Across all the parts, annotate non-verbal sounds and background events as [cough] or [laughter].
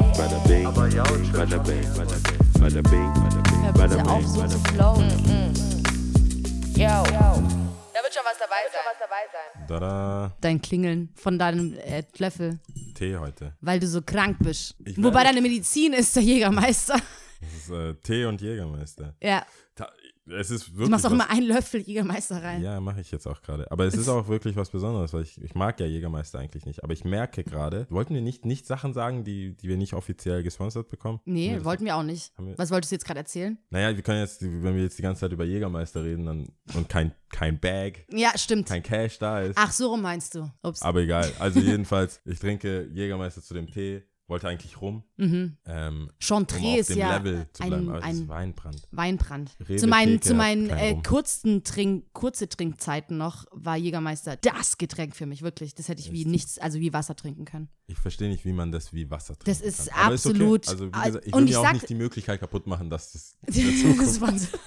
bing, bada bing, bada bing, bada bing, bada bing, bada bing. Yo. Da wird schon was dabei sein. Tada, Dein Klingeln von deinem äh, Löffel, Tee heute. weil du so krank bist. Ich Wobei weiß. deine Medizin ist der Jägermeister. Das ist äh, Tee und Jägermeister. Ja. Ta es ist wirklich Du machst auch was, immer einen Löffel Jägermeister rein. Ja, mache ich jetzt auch gerade. Aber es ist auch wirklich was Besonderes, weil ich, ich mag ja Jägermeister eigentlich nicht. Aber ich merke gerade, wollten wir nicht, nicht Sachen sagen, die, die wir nicht offiziell gesponsert bekommen? Nee, das- wollten wir auch nicht. Haben wir- Was wolltest du jetzt gerade erzählen? Naja, wir können jetzt, wenn wir jetzt die ganze Zeit über Jägermeister reden dann, und kein, kein Bag, Ja, stimmt. kein Cash da ist. Ach, so rum meinst du. Ups. Aber egal. [laughs] Also jedenfalls, ich trinke Jägermeister zu dem Tee, wollte eigentlich rum, Mhm. ähm, um auf Chantres, dem ja. Level zu ein- bleiben. Aber das ein- ist Weinbrand. Weinbrand. Rewe zu meinen, Theke zu hat meinen keinen äh, Rum. kurzen Trink, kurze Trinkzeiten noch war Jägermeister das Getränk für mich, wirklich. Das hätte ich wie Echt? nichts, also wie Wasser trinken können. Ich verstehe nicht, wie man das wie Wasser trinkt. Das ist kann. Aber absolut- Ist okay. Also Ah, wie gesagt, ich und will ich mir auch sag- nicht die Möglichkeit kaputt machen, [laughs] dass das, Das in der Zukunft- ist Wahnsinn.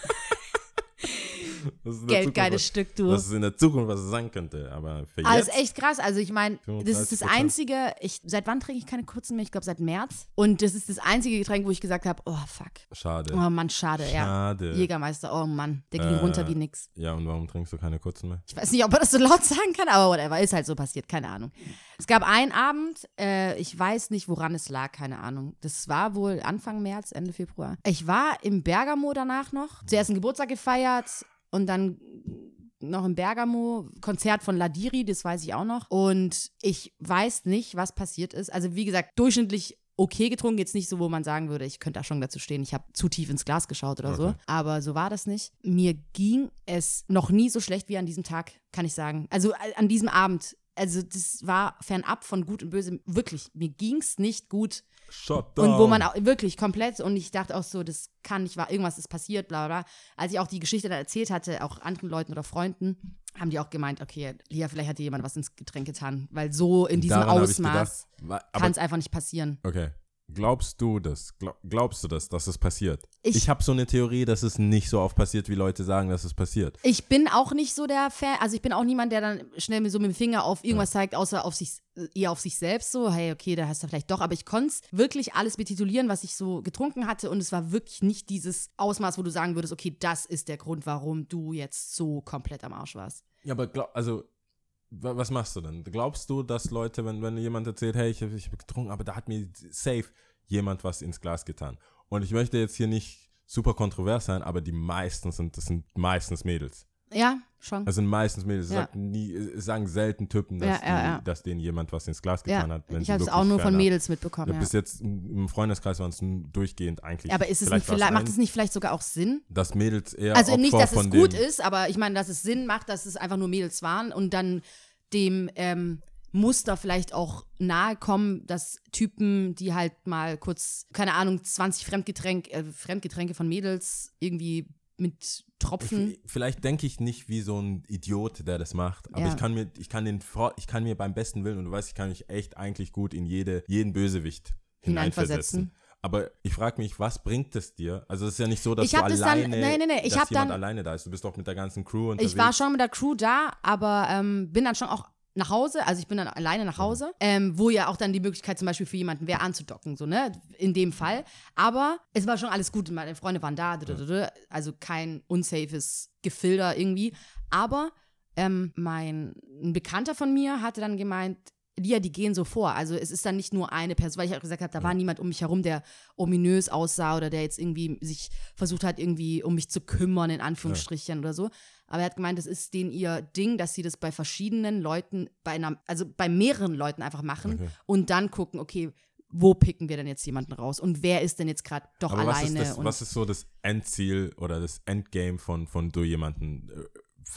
das ist in der Geldgeiles Stück, Zukunft, was- du. dass es in der Zukunft was sein könnte. Aber für Aber das jetzt ist echt krass. Also ich meine, das ist das 35%. einzige, ich, seit wann trinke ich keine kurzen mehr? Ich glaube seit März. Und das ist das einzige Getränk, wo ich gesagt habe, oh fuck. schade. Oh Mann, schade, ja. schade. Jägermeister, oh Mann, der ging Äh. runter wie nix. Ja, und warum trinkst du keine kurzen mehr? Ich weiß nicht, ob man das so laut [laughs] sagen kann, aber whatever, ist halt so passiert, keine Ahnung. Es gab einen Abend, äh, ich weiß nicht, woran es lag, keine Ahnung. Das war wohl Anfang März, Ende Februar. Ich war im Bergamo danach noch, zuerst einen Geburtstag gefeiert und dann noch im Bergamo, Konzert von Ladiri, das weiß ich auch noch. Und ich weiß nicht, was passiert ist. Also wie gesagt, durchschnittlich okay getrunken, jetzt nicht so, wo man sagen würde, ich könnte da schon dazu stehen, ich habe zu tief ins Glas geschaut oder so. Okay. Aber so war das nicht. Mir ging es noch nie so schlecht wie an diesem Tag, kann ich sagen. Also a- an diesem Abend. Also das war fernab von gut und böse. Wirklich, mir ging's nicht gut. Shut Und wo man auch wirklich komplett, und ich dachte auch so, das kann nicht wahr, irgendwas ist passiert, bla bla. bla. Als ich auch die Geschichte dann erzählt hatte, auch anderen Leuten oder Freunden, haben die auch gemeint, okay, Lia, vielleicht hat dir jemand was ins Getränk getan, weil so in diesem Daran hab ich Ausmaß gedacht, wa- aber- kann es einfach nicht passieren. Okay. Glaubst du das? Gla- Glaubst du das, dass es passiert? Ich- Ich, habe so eine Theorie, dass es nicht so oft passiert, wie Leute sagen, dass es passiert. Ich bin auch nicht so der Fan, also ich bin auch niemand, der dann schnell mit so mit dem Finger auf irgendwas zeigt, außer auf sich, äh, eher auf sich selbst so, hey, okay, da hast du vielleicht doch, aber ich konnte es wirklich alles betitulieren, was ich so getrunken hatte und es war wirklich nicht dieses Ausmaß, wo du sagen würdest, okay, das ist der Grund, warum du jetzt so komplett am Arsch warst. Ja, aber glaub, also, wa- was machst du denn? Glaubst du, dass Leute, wenn, wenn jemand erzählt, hey, ich habe ich hab getrunken, aber da hat mir safe jemand was ins Glas getan. Und ich möchte jetzt hier nicht super kontrovers sein, aber die meisten sind, das sind meistens Mädels. Ja, schon. Also sind meistens Mädels. Es Ja. sagt nie, es sagen selten Typen, dass, Ja, ja, die, ja. dass denen jemand was ins Glas ja. getan hat. wenn ich sie habe es wirklich auch nur von fernab- Mädels mitbekommen, Ja, ja. Bis jetzt im Freundeskreis waren es n- durchgehend eigentlich. Aber ist es nicht war's vielleicht, macht ein, es nicht vielleicht sogar auch Sinn? dass Mädels eher Also Opfer nicht, dass von es gut dem, ist, aber ich meine, dass es Sinn macht, dass es einfach nur Mädels waren und dann dem ähm, Muster vielleicht auch nahe kommen, dass Typen, die halt mal kurz, keine Ahnung, 20 Fremdgetränk, äh, Fremdgetränke von Mädels irgendwie mit Tropfen. Ich, vielleicht denke ich nicht wie so ein Idiot, der das macht, aber Ja. ich kann mir, ich kann den, vor- ich kann mir beim besten Willen und du weißt, ich kann mich echt eigentlich gut in jede, jeden Bösewicht Hineinversetzen. hineinversetzen. Aber ich frage mich, was bringt es dir? Also es ist ja nicht so, dass Ich du hab das dann- alleine, nee, nee, nee, ich dass hab jemand dann- alleine da ist. Du bist doch mit der ganzen Crew unterwegs. Ich war schon mit der Crew da, aber ähm, bin dann schon auch nach Hause, also ich bin dann alleine nach Hause, ähm, wo ja auch dann die Möglichkeit zum Beispiel für jemanden wäre anzudocken, so, ne, in dem Fall. Aber es war schon alles gut, meine Freunde waren da, ddddd, also kein unsafes Gefilder irgendwie. Aber ähm, mein ein Bekannter von mir hatte dann gemeint, Lia, die gehen so vor. Also es ist dann nicht nur eine Person, weil ich auch gesagt habe, da war niemand um mich herum, der ominös aussah oder der jetzt irgendwie sich versucht hat, irgendwie um mich zu kümmern, in Anführungsstrichen oder so. Aber er hat gemeint, das ist denen ihr Ding, dass sie das bei verschiedenen Leuten, bei einer, also bei mehreren Leuten einfach machen Okay. und dann gucken, okay, wo picken wir denn jetzt jemanden raus und wer ist denn jetzt gerade doch Aber was ist, alleine? das, und was ist so das Endziel oder das Endgame von, von so jemanden? Äh,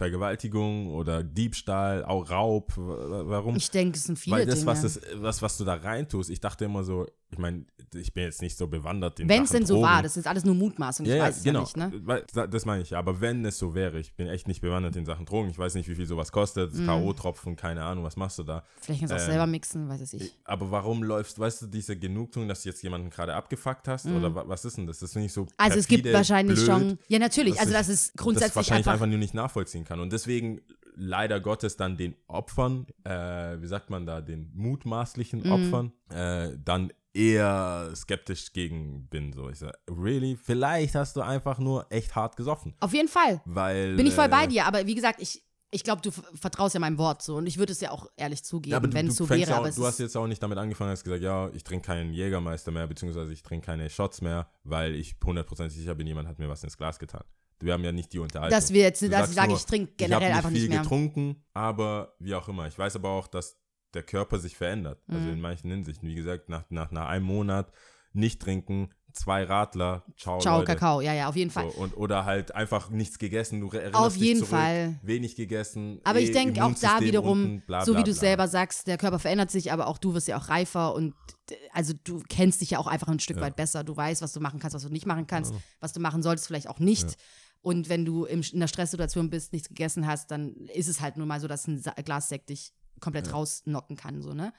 Vergewaltigung oder Diebstahl, auch Raub? w- w- Warum? ich denke, es sind viele Weil das, Dinge. was, das was, was du da reintust, ich dachte immer so, ich meine, ich bin jetzt nicht so bewandert in Wenn es Sachen denn so Drogen. war, das ist jetzt alles nur Mutmaßung, ich ja, ja, weiß es genau. ja nicht, ne? Weil- da- Das meine ich. Aber wenn es so wäre, ich bin echt nicht bewandert in Sachen Drogen. Ich weiß nicht, wie viel sowas kostet. Mhm. K.O.-Tropfen, keine Ahnung, was machst du da? Vielleicht kannst du auch Ähm, selber mixen, weiß es ich. Aber warum läufst, weißt du, diese Genugtuung, dass du jetzt jemanden gerade abgefuckt hast? Oder wa- was ist denn das? Das finde ich so. Mhm. Also es gibt perfide, wahrscheinlich blöd. schon. Ja, natürlich. dass also ich das ist das grundsätzlich wahrscheinlich einfach, einfach, nur nicht nachvollziehen kann. Und deswegen leider Gottes dann Mhm. den Opfern, äh, wie sagt man da, den mutmaßlichen Opfern, äh, dann eher skeptisch gegen bin. So, ich sag, really? Vielleicht hast du einfach nur echt hart gesoffen. Auf jeden Fall. Weil. Bin ich voll bei äh, dir, aber wie gesagt, ich, ich glaube, du f- vertraust ja meinem Wort so und ich würde es ja auch ehrlich Ja, aber zugeben, du, wenn du es so fängst wäre. ja aber auch, es du hast ist, jetzt auch nicht damit angefangen, hast gesagt, ja, ich trinke keinen Jägermeister mehr, beziehungsweise ich trinke keine Shots mehr, weil ich hundertprozentig sicher bin, jemand hat mir was ins Glas getan. Wir haben ja nicht die Unterhaltung. dass wir jetzt, Du dass sagst ich sage, nur, ich trinke generell ich hab einfach nicht viel mehr. getrunken, aber wie auch immer. Ich weiß aber auch, dass der Körper sich verändert. Also Mhm. in manchen Hinsichten. Wie gesagt, nach, nach, nach einem Monat nicht trinken, zwei Radler, ciao, Ciao, Leute. Kakao, ja, ja, auf jeden Fall. So, und, oder halt einfach nichts gegessen, du erinnerst Auf dich jeden zurück, Fall. wenig gegessen. Aber ich eh denke auch da Immunsystem wiederum, unten, bla, so bla, wie du bla. selber sagst, der Körper verändert sich, aber auch du wirst ja auch reifer und d- also du kennst dich ja auch einfach ein Stück weit besser. Du weißt, was du machen kannst, was du nicht machen kannst, was du machen solltest, vielleicht auch nicht. Und wenn du im, in der Stresssituation bist, nichts gegessen hast, dann ist es halt nun mal so, dass ein Sa Glas Sekt dich komplett rausnocken kann, so, ne?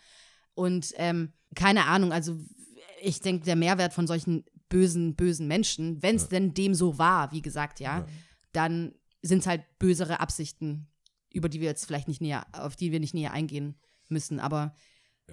Und ähm, keine Ahnung, also ich denke, der Mehrwert von solchen bösen, bösen Menschen, wenn es denn dem so war, wie gesagt, ja, Ja. dann sind es halt bösere Absichten, über die wir jetzt vielleicht nicht näher, auf die wir nicht näher eingehen müssen. Aber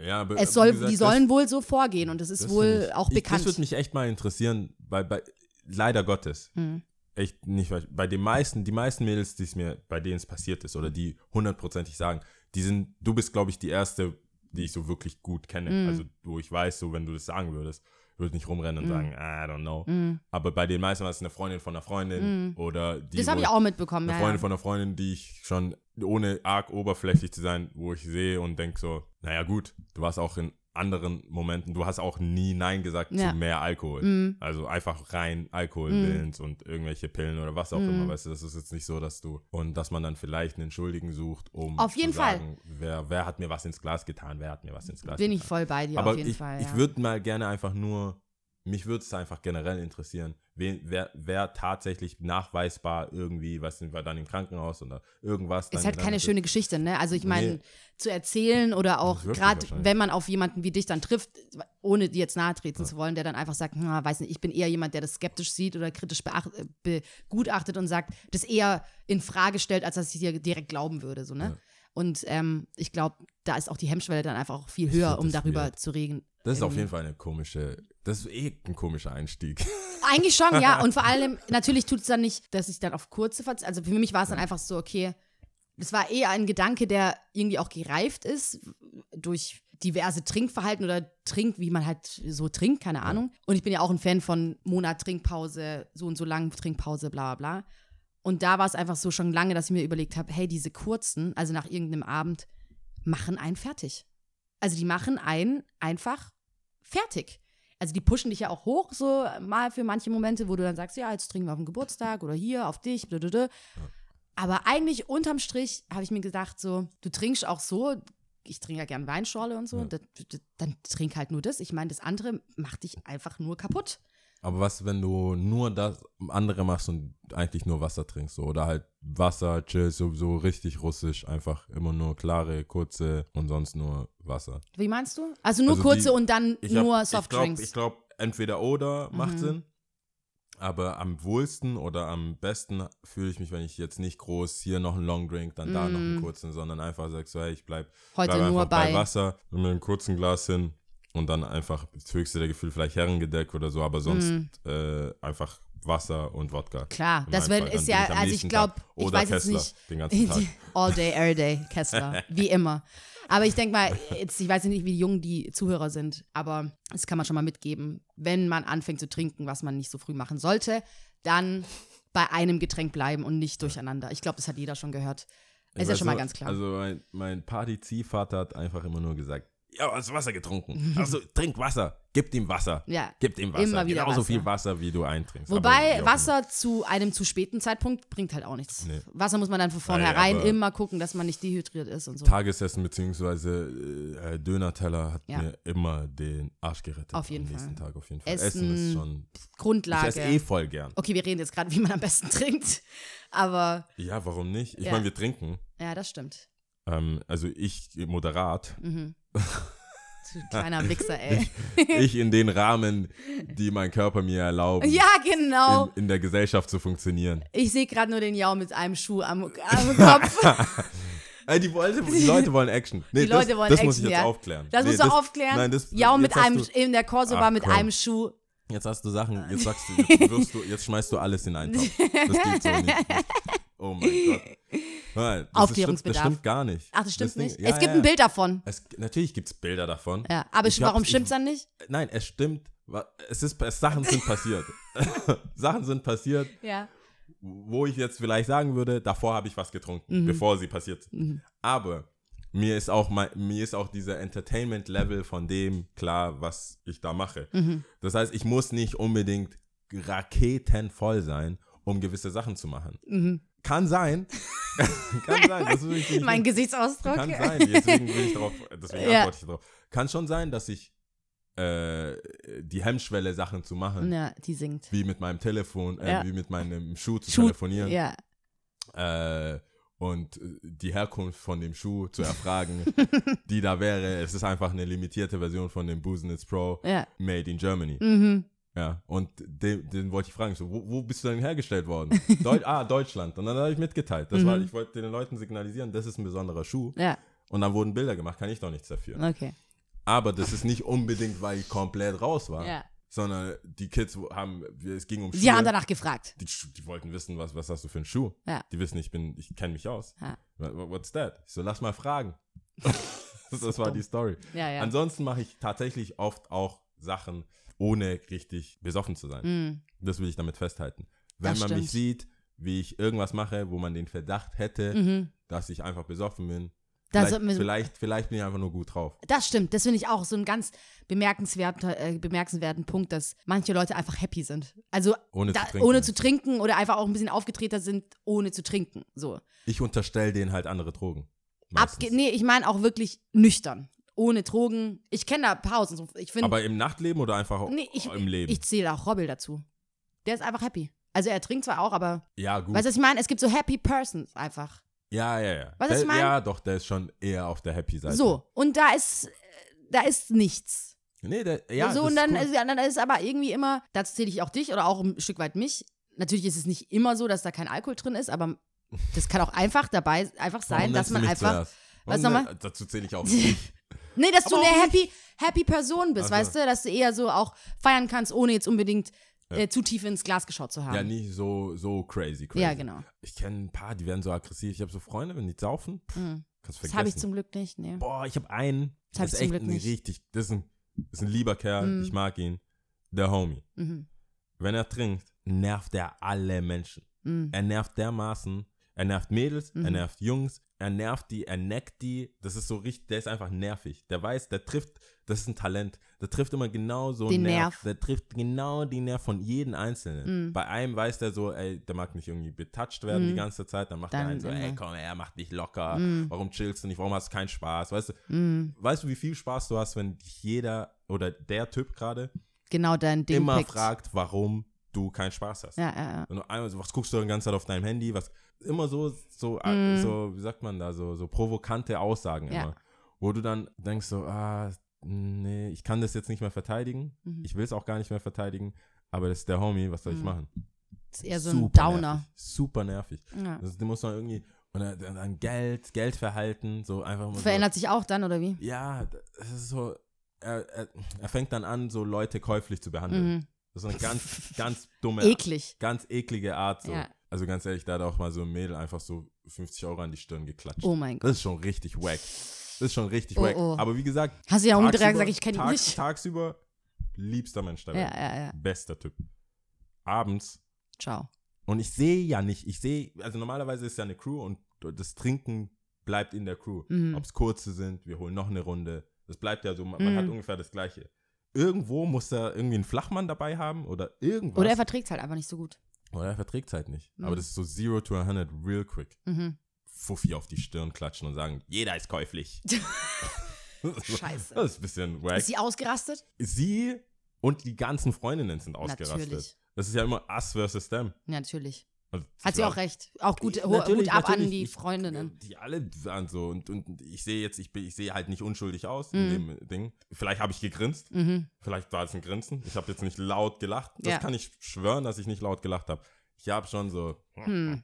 Ja, aber, es Äh, wie soll, gesagt, die das- sollen wohl so vorgehen und das ist das wohl find ich- auch ich, bekannt. Das würde mich echt mal interessieren, weil bei, leider Gottes, Mhm. echt nicht, weil- bei den meisten, die meisten Mädels, die es mir, bei denen es passiert ist oder die hundertprozentig sagen, die sind, du bist, glaube ich, die erste, die ich so wirklich gut kenne. Mhm. Also, wo ich weiß, so, wenn du das sagen würdest, würde nicht rumrennen und Mhm. sagen, I don't know. hm. Aber bei den meisten war es eine Freundin von einer Freundin oder die. Mhm. das wo habe ich auch mitbekommen. Ja, Eine Freundin ja. von einer Freundin, die ich schon, ohne arg oberflächlich zu sein, wo ich sehe und denke so, naja gut, du warst auch in anderen Momenten, du hast auch nie Nein gesagt Ja. Mhm. zu mehr Alkohol. Hm. Also einfach rein Alkohol willens und irgendwelche Pillen oder was Mhm. auch immer, weißt du, das ist jetzt nicht so, dass du, und dass man dann vielleicht einen Schuldigen sucht, um Auf jeden zu Fall. sagen, wer, wer hat mir was ins Glas getan, wer hat mir was ins Glas Bin ich getan. voll bei dir Aber auf jeden ich, Fall. ich ja. würde mal gerne einfach nur, mich würde es einfach generell interessieren, wen, wer, wer tatsächlich nachweisbar irgendwie, was sind wir dann im Krankenhaus oder irgendwas. ist dann halt keine gelandet schöne Geschichte, ne? Also ich meine, Nee. zu erzählen oder auch Nicht wirklich gerade, wahrscheinlich. wenn man auf jemanden wie dich dann trifft, ohne dir jetzt nahe treten zu wollen, der dann einfach sagt, na, weiß nicht, ich bin eher jemand, der das skeptisch sieht oder kritisch beacht, äh, begutachtet und sagt, das eher in Frage stellt, als dass ich dir direkt glauben würde, so, ne? Ja. Und ähm, ich glaube, da ist auch die Hemmschwelle dann einfach auch viel find höher, um das darüber weird. zu reden. Das ist auf Ähm, jeden Fall eine komische, das ist eh ein komischer Einstieg. Eigentlich schon, ja. Und vor allem, natürlich tut es dann nicht, dass ich dann auf kurze verzichte. Also für mich war es dann einfach so, okay, es war eher ein Gedanke, der irgendwie auch gereift ist durch diverse Trinkverhalten oder Trink, wie man halt so trinkt, keine Ahnung. Und ich bin ja auch ein Fan von Monat Trinkpause, so und so lang Trinkpause, bla bla bla. Und da war es einfach so schon lange, dass ich mir überlegt habe, hey, diese kurzen, also nach irgendeinem Abend, machen einen fertig. Also die machen einen einfach fertig. Also die pushen dich ja auch hoch, so äh, mal für manche Momente, wo du dann sagst, ja, jetzt trinken wir auf den Geburtstag oder hier, auf dich, blablabla. Aber eigentlich unterm Strich habe ich mir gedacht, so, du trinkst auch so, ich trinke ja gern Weinschorle und so, Ja. das, das, dann trink halt nur das. Ich meine, das andere macht dich einfach nur kaputt. Aber was, wenn du nur das andere machst und eigentlich nur Wasser trinkst so, oder halt Wasser, chillst, so, so richtig russisch, einfach immer nur klare, kurze und sonst nur Wasser. Wie meinst du? Also nur Also die- kurze und dann Ich hab- nur Ich Softdrinks. glaube, glaub, entweder oder macht Mhm. Sinn. Aber am wohlsten oder am besten fühle ich mich, wenn ich jetzt nicht groß hier noch einen Longdrink, dann da noch einen Mhm. kurzen, sondern einfach sagst so, hey, ich bleib, Heute bleib nur einfach bei, bei- Wasser mit einem kurzen Glas hin und dann einfach das höchste der Gefühl vielleicht Herrengedeck oder so, aber sonst äh, einfach Wasser und Wodka. Mm. Klar, In das meinem wär- Fall. Dann ist bin ja- am also ich nächsten glaub, Tag. ich oder weiß jetzt Kessler nicht. [laughs] den ganzen Tag. All day, every day, Kessler. [laughs] Wie immer. Aber ich denke mal, jetzt, ich weiß nicht, wie jung die Zuhörer sind, aber das kann man schon mal mitgeben. Wenn man anfängt zu trinken, was man nicht so früh machen sollte, dann bei einem Getränk bleiben und nicht durcheinander. Ich glaube, das hat jeder schon gehört. Ich Ist ja weiß schon mal so, ganz klar. Also mein, mein Party-Ziehvater hat einfach immer nur gesagt, ja, hast [laughs] Wasser getrunken. Also trink Wasser, gib ihm Wasser. Ja, Gib ihm Wasser. immer wieder Genauso Wasser. viel Wasser, wie du eintrinkst. Aber wie Wobei auch Wasser zu einem zu späten Zeitpunkt bringt halt auch nichts. Nee. Wasser muss man dann von Ey, vornherein aber- immer gucken, dass man nicht dehydriert ist und so. immer. Tagesessen bzw. Äh, Döner-Teller hat Ja. mir immer den Arsch gerettet. Auf jeden am nächsten Fall. Tag auf jeden Fall. Essen- Essen ist schon. Ich Grundlage. esse eh voll gern. okay, wir reden jetzt gerade, wie man am besten [laughs] trinkt. Aber Ja, warum nicht? Oh. Ich Ja. meine, wir trinken. ja, das stimmt. Ähm, also ich moderat. Mhm. [laughs] Du kleiner Wichser, ey. [laughs] ich in den Rahmen, die mein Körper mir erlaubt, ja, genau. in, in [laughs] der Gesellschaft zu funktionieren. [laughs] ich sehe gerade nur den Jau mit einem Schuh am, am Kopf. Äh, die, wollte, [laughs] die Leute wollen Action. Nee, Die Leute das, wollen das muss ich Action, jetzt ja. aufklären. Das nee, musst du aufklären. Nein, das, ja, und jetzt mit hast einem, du- in der Korso Ach, war mit komm. einem Schuh. Jetzt hast du Sachen, jetzt sagst du, jetzt, wirst du, jetzt schmeißt du alles in einen Topf. Das geht so [laughs] nicht. Oh mein Gott. Nein, das Ist, stimmt- das Aufklärungsbedarf. stimmt gar nicht. Ach, das stimmt Das Ding- nicht. ja, es gibt ja, ein ja. Bild davon. Es, natürlich gibt es Bilder davon. Ja, aber Ich warum hab's- ich- stimmt es dann nicht? Nein, es stimmt. Wa- Es ist, es, Sachen sind passiert. [laughs] Sachen sind passiert, Ja. wo ich jetzt vielleicht sagen würde, davor habe ich was Mhm. getrunken, bevor sie passiert. sind. Aber mir ist auch mein, mir ist auch dieser Entertainment Level von dem klar, was ich da mache. Mhm. Das heißt, ich muss nicht unbedingt raketenvoll sein, um gewisse Sachen zu machen. Mhm. [laughs] Kann sein. kann sein. Das will ich nicht Mein Gesichtsausdruck. Mhm. kann sein, deswegen will ich darauf, deswegen Ja. antworte ich darauf. Kann schon sein, dass ich äh, die Hemmschwelle, Sachen zu machen, Ja, die singt. wie mit meinem Telefon, äh, Ja. wie mit meinem Schuh zu Schuh- telefonieren Ja. äh, und äh, die Herkunft von dem Schuh [laughs] zu erfragen, die da wäre. Es ist einfach eine limitierte Version von dem Business Pro Ja. Made in Germany. Mhm. Ja, und den, den wollte ich fragen, ich so, wo, wo bist du denn hergestellt worden? [laughs] Deu ah, Deutschland. Und dann habe ich mitgeteilt. Das war, ich wollte den Leuten signalisieren, das ist ein besonderer Schuh. Mhm. Ja. Und dann wurden Bilder gemacht, kann ich doch nichts dafür. Okay. Aber das ist nicht unbedingt, weil ich komplett raus war, Ja. sondern die Kids haben, es ging um Schuhe. Sie haben danach gefragt. die, Schu- die wollten wissen, was, was hast du für einen Schuh? Ja. Die wissen, ich bin, ich kenne mich aus. Ja. Wha- wha- What's that? Ich so, lass [laughs] mal fragen. das war dumm. die Story. Ja, ja. Ansonsten mache ich tatsächlich oft auch Sachen, ohne richtig besoffen zu sein. Mhm. Das will ich damit festhalten. Wenn Das man mich stimmt. sieht, wie ich irgendwas mache, wo man den Verdacht hätte, Mhm. dass ich einfach besoffen bin, Da vielleicht, sollten wir- vielleicht, vielleicht bin ich einfach nur gut drauf. Das stimmt. Das finde ich auch so einen ganz bemerkenswerten, äh, bemerkenswerten Punkt, dass manche Leute einfach happy sind. Also Ohne da, zu trinken. ohne zu trinken oder einfach auch ein bisschen aufgetreter sind, ohne zu trinken. So. ich unterstelle denen halt andere Drogen. Meistens. Abge nee, ich meine auch wirklich nüchtern. Ohne Drogen. Ich kenne da ein paar aus. und so. Ich finde, Aber im Nachtleben oder einfach nee, ich, im Leben? ich zähle auch Robbel dazu. Der ist einfach happy. Also er trinkt zwar auch, aber ja, gut. weißt du, was ich meine? Es gibt so happy persons einfach. Ja, ja, ja. Weißt du, der, was ich meine? Ja, doch, der ist schon eher auf der Happy Seite. So, und da ist, äh, da ist nichts. Nee, der, ja, so, das und ist dann, cool. ist- ja, dann ist aber irgendwie immer, dazu zähle ich auch dich oder auch ein Stück weit mich. Natürlich ist es nicht immer so, dass da kein Alkohol drin ist, aber das kann auch einfach dabei einfach Warum sein, nennst dass du man mich einfach. zuerst? Warum nochmal? denn- Dazu [laughs] zähle ich auch nicht. Nee, dass du Aber eine auch Also happy, happy Person bist, Ach so. weißt du? Dass du eher so auch feiern kannst, ohne jetzt unbedingt äh, zu tief ins Glas geschaut zu haben. ja, nicht so, so crazy, crazy. Ja, genau. Ich kenne ein paar, die werden so aggressiv. Ich habe so Freunde, wenn die saufen, pff, kannst du vergessen. Mhm. das habe ich zum Glück nicht. Nee. Boah, ich habe einen. Das hab ich Das, ist zum echt Glück ein nicht. Mm. richtig, das ist ein, das ist ein lieber Kerl, ich mag ihn. Der Homie. Mhm. Wenn er trinkt, nervt er alle Menschen. Mhm. Er nervt dermaßen. Er nervt Mädels, er Mhm. nervt Jungs, er nervt die, er neckt die. Das ist so richtig, der ist einfach nervig. Der weiß, der trifft, das ist ein Talent. Der trifft immer genau so Den einen Nerv. Mhm. Der trifft genau den Nerv von jedem Einzelnen. Bei einem weiß der so, ey, der mag nicht irgendwie betatscht werden die ganze Zeit. Dann macht der Dann einen so, ey, immer. komm, er macht dich locker. Warum chillst du nicht? Warum hast du keinen Spaß? Weißt du, Mhm. weißt du, wie viel Spaß du hast, wenn dich jeder oder der Typ gerade Genau dein Ding. immer pickt. fragt, warum du keinen Spaß hast? Ja, ja, ja. Und einmal so, was guckst du die ganze Zeit auf deinem Handy? Was immer so, so, äh, so wie sagt man da, so, so provokante Aussagen Mhm. Ja. immer. Wo du dann denkst so, ah, nee, ich kann das jetzt nicht mehr verteidigen. Mhm. Ich will es auch gar nicht mehr verteidigen. Aber das ist der Homie, was soll ich machen? Ist eher Mhm. so ein Downer. Nervig, super nervig. Ja. Das, das muss man irgendwie, und dann, dann- dann Geld, Geldverhalten, so einfach mal so, Verändert sich auch dann, oder wie? ja, das ist so, er, er, er fängt dann an, so Leute käuflich zu behandeln. Das ist eine ganz, ganz dumme, Mhm. [laughs] Eklig. ganz eklige Art. So. Ja. Also ganz ehrlich, da hat auch mal so ein Mädel einfach so 50 Euro an die Stirn geklatscht. Oh mein Gott. Das ist schon richtig wack. Das ist schon richtig Oh, wack. oh. Aber wie gesagt, Hast du ja umgedreht und tagsüber- gesagt, ich kenne ihn tag- nicht. Tagsüber, liebster Mensch der Ja, Welt. ja, ja. Bester Typ. Abends, Ciao. und ich sehe ja nicht, ich sehe, also normalerweise ist ja eine Crew und das Trinken bleibt in der Crew. Mhm. Ob es kurze sind, wir holen noch eine Runde. Das bleibt ja so, man, man Mhm. hat ungefähr das Gleiche. Irgendwo muss da irgendwie ein Flachmann dabei haben oder irgendwas. Oder er verträgt es halt einfach nicht so gut. Oder er verträgt es halt nicht. Mhm. Aber das ist so Zero to 100 real quick. Mhm. Fuffi auf die Stirn klatschen und sagen, jeder ist käuflich. [laughs] [laughs] Scheiße. Das ist ein bisschen wack. Ist sie ausgerastet? Sie und die ganzen Freundinnen sind ausgerastet. Natürlich. Das ist ja immer us versus them. Ja, natürlich. Also, Hat sie ja. auch recht. Auch gut, Ich- ho- Hut Äh, natürlich, ab an natürlich. die Ich- Freundinnen. Die alle waren so und, und ich sehe jetzt, ich, bin- ich sehe halt nicht unschuldig aus in dem Ding. Vielleicht habe ich gegrinst, Mhm. vielleicht war es ein Grinsen. Ich habe jetzt nicht laut gelacht. Das Ja. kann ich schwören, dass ich nicht laut gelacht habe. Ich habe schon so, [laughs] Hm.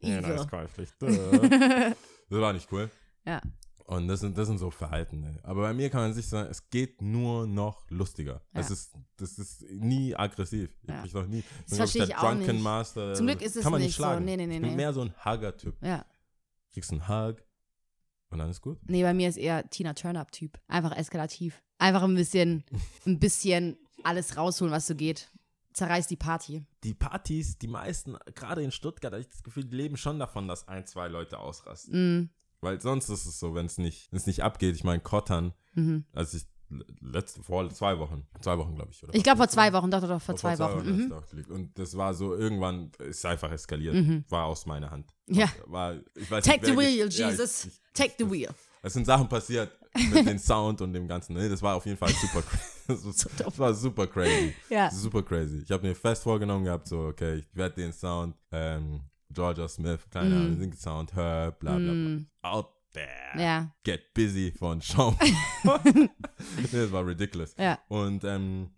ja, Evil. [laughs] das ist käuflich. Duh. Das war nicht cool. Ja. Und das sind, das sind so Verhalten. Ey. Aber bei mir kann man sich sagen, es geht nur noch lustiger. Ja. Es ist, das ist nie aggressiv. Ich Ja. bin noch nie. Das verstehe glaub, ich der auch Drunken nicht. Master. Zum Glück ist es kann man nicht so. schlagen. Nee, nee, nee, ich bin nee. mehr so ein Hugger-Typ. Ja. Kriegst einen Hug und dann ist gut. Nee, bei mir ist eher Tina Turn-Up-Typ. Einfach eskalativ. Einfach ein [laughs] bisschen, ein bisschen alles rausholen, was so geht. Zerreißt die Party. Die Partys, die meisten, gerade in Stuttgart, habe ich das Gefühl, die leben schon davon, dass ein, zwei Leute ausrasten. Mm, Weil sonst ist es so, wenn es nicht, wenn's nicht abgeht. Ich meine, Kottern, mhm. als ich letzte, vor zwei Wochen, zwei Wochen, glaube ich, oder? Ich glaube, vor zwei Wochen. Doch, doch, doch, vor Vor zwei Wochen. hat's Mhm. da auch gelegt. Und das war so, irgendwann ist einfach eskaliert. Mhm. War aus meiner Hand. Ja. War, ich weiß Take nicht, the wer wheel, ge- ja, ich- Jesus. ich- Take the wheel. Es sind Sachen passiert mit dem Sound und dem Ganzen. Nee, das war auf jeden Fall super crazy. [laughs] Das war- Das war super crazy. Ja. Super crazy. Ich habe mir fest vorgenommen gehabt, so, okay, ich werde den Sound, ähm, Georgia Smith, Mhm. keine Ahnung, den Sound, her, bla, bla, bla. Mm, Out there. ja. Get busy von [laughs] Schaum. nee, das war ridiculous. Ja. Und ähm,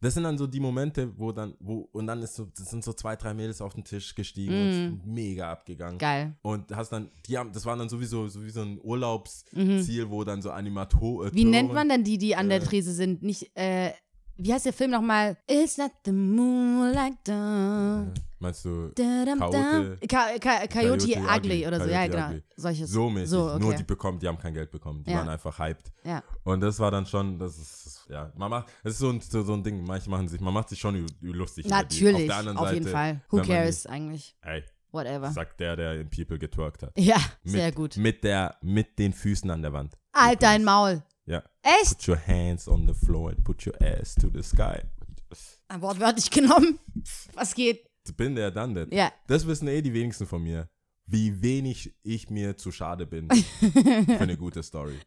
das sind dann so die Momente, wo dann, wo, und dann ist so, das sind so zwei, drei Mädels auf den Tisch gestiegen und ist mega abgegangen. Mm. Geil. Mhm. Und hast dann, die haben, das waren dann sowieso, sowieso ein Urlaubsziel, wo dann so Animatoren. Wie nennt man denn die, die an der Äh. Trese sind? Nicht, äh, wie heißt der Film nochmal? It's not the moon like the. Meinst du, Da, dam, dam. Coyote- Ka Ka Coyote, Coyote Ugly, Ugly. oder so. ja, Coyote genau. Ugly. Solches. so mäßig, So, okay. nur die bekommen, die haben kein Geld bekommen, die Ja. waren einfach hyped. Ja. Und das war dann schon, das ist, das- ja, man macht, es ist so ein, so, so ein Ding, manche machen sich, man macht sich schon ü- ü- lustig. über die. Natürlich, der auf, anderen jeden Seite, Fall. Who wenn man cares eigentlich? Nicht, ey, Whatever. sagt der, der im People getwerkt hat. [laughs] Ja, Mit, sehr gut. Mit, der, mit den Füßen an der Wand. Halt dein Maul. Ja. Echt? Put your hands on the floor and put your ass to the sky. Ein Wort wörtlich [laughs] genommen. Was geht? Bin der, dann der. Ja. Das wissen eh die wenigsten von mir, wie wenig ich mir zu [laughs] schade bin für eine gute Story.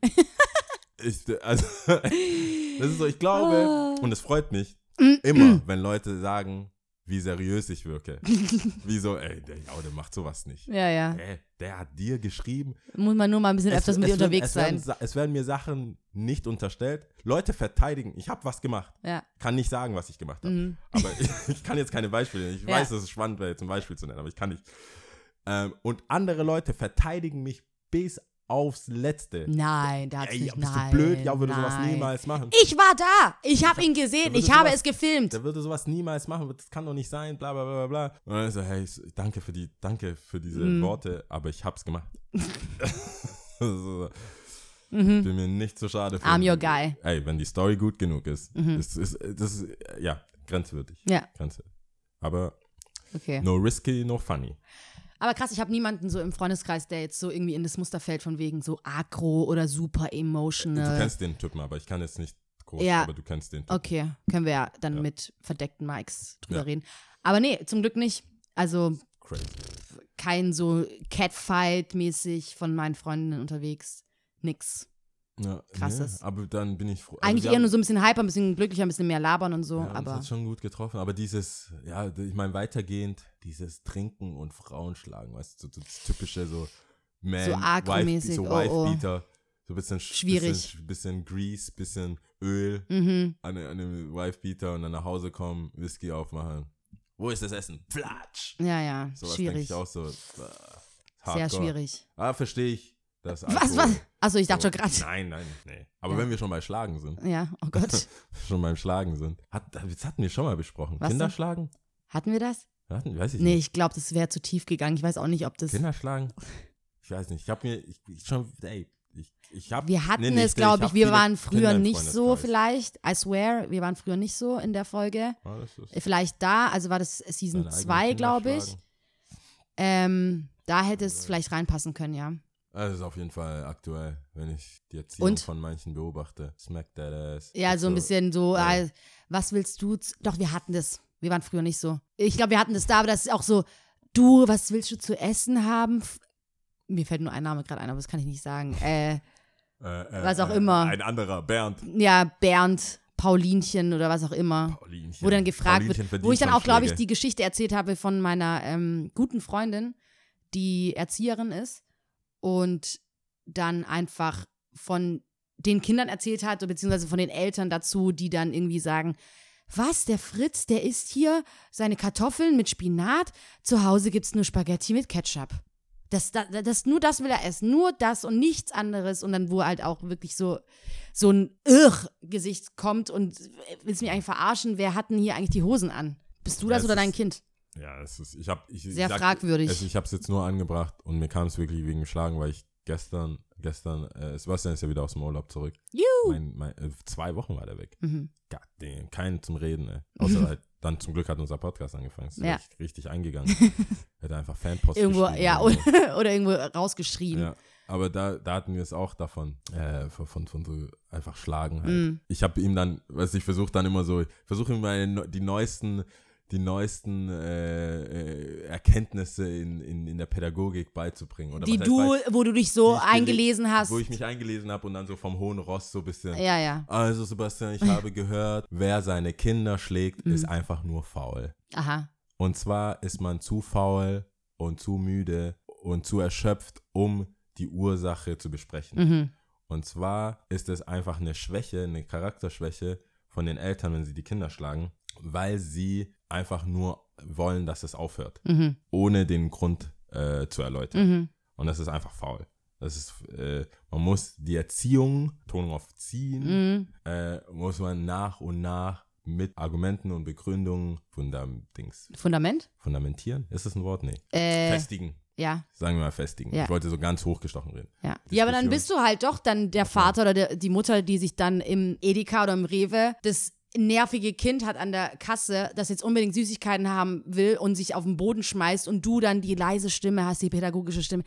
Ich, also, [laughs] das ist so, ich Ah. glaube, und es freut mich immer, wenn Leute sagen, wie seriös [laughs] ich wirke. wie so, ey, der Jaude macht sowas nicht. Ja, ja. Ey, der hat dir geschrieben. Muss man nur mal ein bisschen Es- öfters mit dir es werden- unterwegs es werden, sein. Sa- Es werden mir Sachen nicht unterstellt. Leute verteidigen. Ich habe was gemacht. Ja. Kann nicht sagen, was ich gemacht habe. Aber [laughs] ich, ich kann jetzt keine Beispiele nennen. Ich Mhm. Ja. weiß, dass es spannend wäre, jetzt ein Beispiel zu nennen, aber ich kann nicht. Ähm, und andere Leute verteidigen mich bis aufs Letzte. Nein, da hat's Ey, nicht. bist nein, du blöd? Ja, würde nein. sowas niemals machen. Ich war da. Ich habe ihn gesehen. würde Ich habe sowas- es gefilmt. Der würde sowas niemals machen, das kann doch nicht sein, bla bla bla bla. bla. Und dann so, hey, s- danke für die, danke für diese Mhm. Worte, aber ich hab's [laughs] gemacht. [laughs] so, Ich bin mir nicht so schade. Für Mhm. I'm your guy. Ey, wenn die Story gut genug ist, das ist, das ist, ja, grenzwürdig. Mhm. Ja, Grenzwürdig. Aber okay. no risky, no funny. Aber krass, ich habe niemanden so im Freundeskreis, der jetzt so irgendwie in das Muster fällt von wegen so aggro oder super Du emotional. kennst den Typen, aber ich kann jetzt nicht groß, Äh, Ja. aber du kennst den Typen. Okay, können wir ja dann Ja. mit verdeckten Mikes drüber Ja. reden. Aber nee, zum Glück nicht. Also Crazy. kein so Catfight-mäßig von meinen Freundinnen unterwegs. Nix. Ja, Krasses. nee, aber dann bin ich froh. Eigentlich also wir eher nur haben- so ein bisschen hyper, ein bisschen glücklicher, ein bisschen mehr labern und so. ja, uns aber hat's schon gut getroffen, aber dieses, ja, ich meine, weitergehend, dieses Trinken und Frauenschlagen, weißt du, so das typische so Man, So Wife, agro-mäßig, so oh, oh. Wife-Beater, so ein bisschen, sch- Schwierig. bisschen, bisschen Grease, bisschen Öl mhm. an, an dem Wife-Beater und dann nach Hause kommen, Whisky aufmachen. Wo ist das Essen? Platsch! ja, ja, Sowas denke schwierig. ich auch so. äh, Sehr hardcore. schwierig. Ah, verstehe ich. Das Was, was? Achso, ich dachte schon gerade. Nein, nein, nee. Aber Ja. wenn wir schon bei Schlagen sind, Ja, oh [laughs] Gott. schon beim Schlagen sind, hat, das hatten wir schon mal besprochen. Was denn? Kinderschlagen? Hatten wir das? Hatten, weiß ich Nee, nicht. ich glaube, das wäre zu tief gegangen. Ich weiß auch nicht, ob das. Kinderschlagen? Ich weiß nicht. Ich habe mir, ich, ich schon, ey, ich, ich habe. Wir hatten es, glaube ich. Wir waren früher nicht so, vielleicht. I swear, wir waren früher nicht so in der Folge. Vielleicht da, also war das Season 2, glaube ich. Ähm, da hätte es vielleicht reinpassen können, ja. Also ist auf jeden Fall aktuell, wenn ich die Erziehung Und? von manchen beobachte. Smack that ass. Also, Ja, Und so ein bisschen so, Ja. äh, was willst du? zu- Doch, wir hatten das. Wir waren früher nicht so. Ich glaube, wir hatten das da, aber das ist auch so, du, was willst du zu essen haben? F- Mir fällt nur ein Name gerade ein, aber das kann ich nicht sagen. Äh, Äh, äh, was auch äh, immer. Ein anderer, Bernd. ja, Bernd, Paulinchen oder was auch immer. Paulinchen. wo dann gefragt Paulinchen wird, verdient wo ich dann schon auch, glaube ich, Schläge. die Geschichte erzählt habe von meiner ähm, guten Freundin, die Erzieherin ist und dann einfach von den Kindern erzählt hat, beziehungsweise von den Eltern dazu, die dann irgendwie sagen, was, der Fritz, der isst hier seine Kartoffeln mit Spinat, zu Hause gibt's nur Spaghetti mit Ketchup. Das, das, das, nur das will er essen, nur das und nichts anderes. Und dann, wo halt auch wirklich so, so ein Irr-Gesicht kommt und willst mich eigentlich verarschen, wer hat denn hier eigentlich die Hosen an? Bist du Ja, das es oder dein ist- Kind? Ja, es ist, ich habe ich, ich Sehr sag- fragwürdig. Es, ich habe es jetzt nur angebracht und mir kam es wirklich wegen dem Schlagen, weil ich gestern, gestern, äh, Sebastian ist ja wieder aus dem Urlaub zurück. Juhu. Mein, mein, äh, zwei Wochen war der weg. Mhm. God, damn, keinen zum Reden, ey. [laughs] Außer halt, dann zum Glück hat unser Podcast angefangen. Ist Ja. richtig, [laughs] richtig eingegangen. Hätte einfach Fanpost Irgendwo, geschrieben ja, oder so. oder, [laughs] oder irgendwo rausgeschrien. Ja, aber da, da hatten wir es auch davon, äh, von, von, von so einfach schlagen halt. Mm. Ich habe ihm dann, weiß ich versuche dann immer so, ich versuche ihm meine, neu- die neuesten, die neuesten äh, äh, Erkenntnisse in, in, in der Pädagogik beizubringen. Oder die was heißt du, bei- wo du dich so die ich gele- eingelesen hast. Wo ich mich eingelesen habe und dann so vom hohen Ross so ein bisschen. ja, ja. Also [laughs] Sebastian, ich habe gehört, wer seine Kinder schlägt, Mhm. ist einfach nur faul. Aha. Und zwar ist man zu faul und zu müde und zu erschöpft, um die Ursache zu besprechen. Mhm. Und zwar ist es einfach eine Schwäche, eine Charakterschwäche von den Eltern, wenn sie die Kinder schlagen, weil sie einfach nur wollen, dass es aufhört, Mhm. ohne den Grund äh, zu erläutern. Mhm. Und das ist einfach faul. Das ist, äh, man muss die Erziehung, Tonung auf Ziehen, Mhm. äh, muss man nach und nach mit Argumenten und Begründungen fundam Dings, Fundament? fundamentieren. Ist das ein Wort? Nee. Äh, Festigen. ja. Sagen wir mal festigen. Ja. Ich wollte so ganz hochgestochen reden. Ja. ja, aber dann Diskussion. bist du halt doch dann der Vater oder der, die Mutter, die sich dann im Edeka oder im Rewe das nervige Kind hat an der Kasse, das jetzt unbedingt Süßigkeiten haben will und sich auf den Boden schmeißt und du dann die leise Stimme hast, die pädagogische Stimme.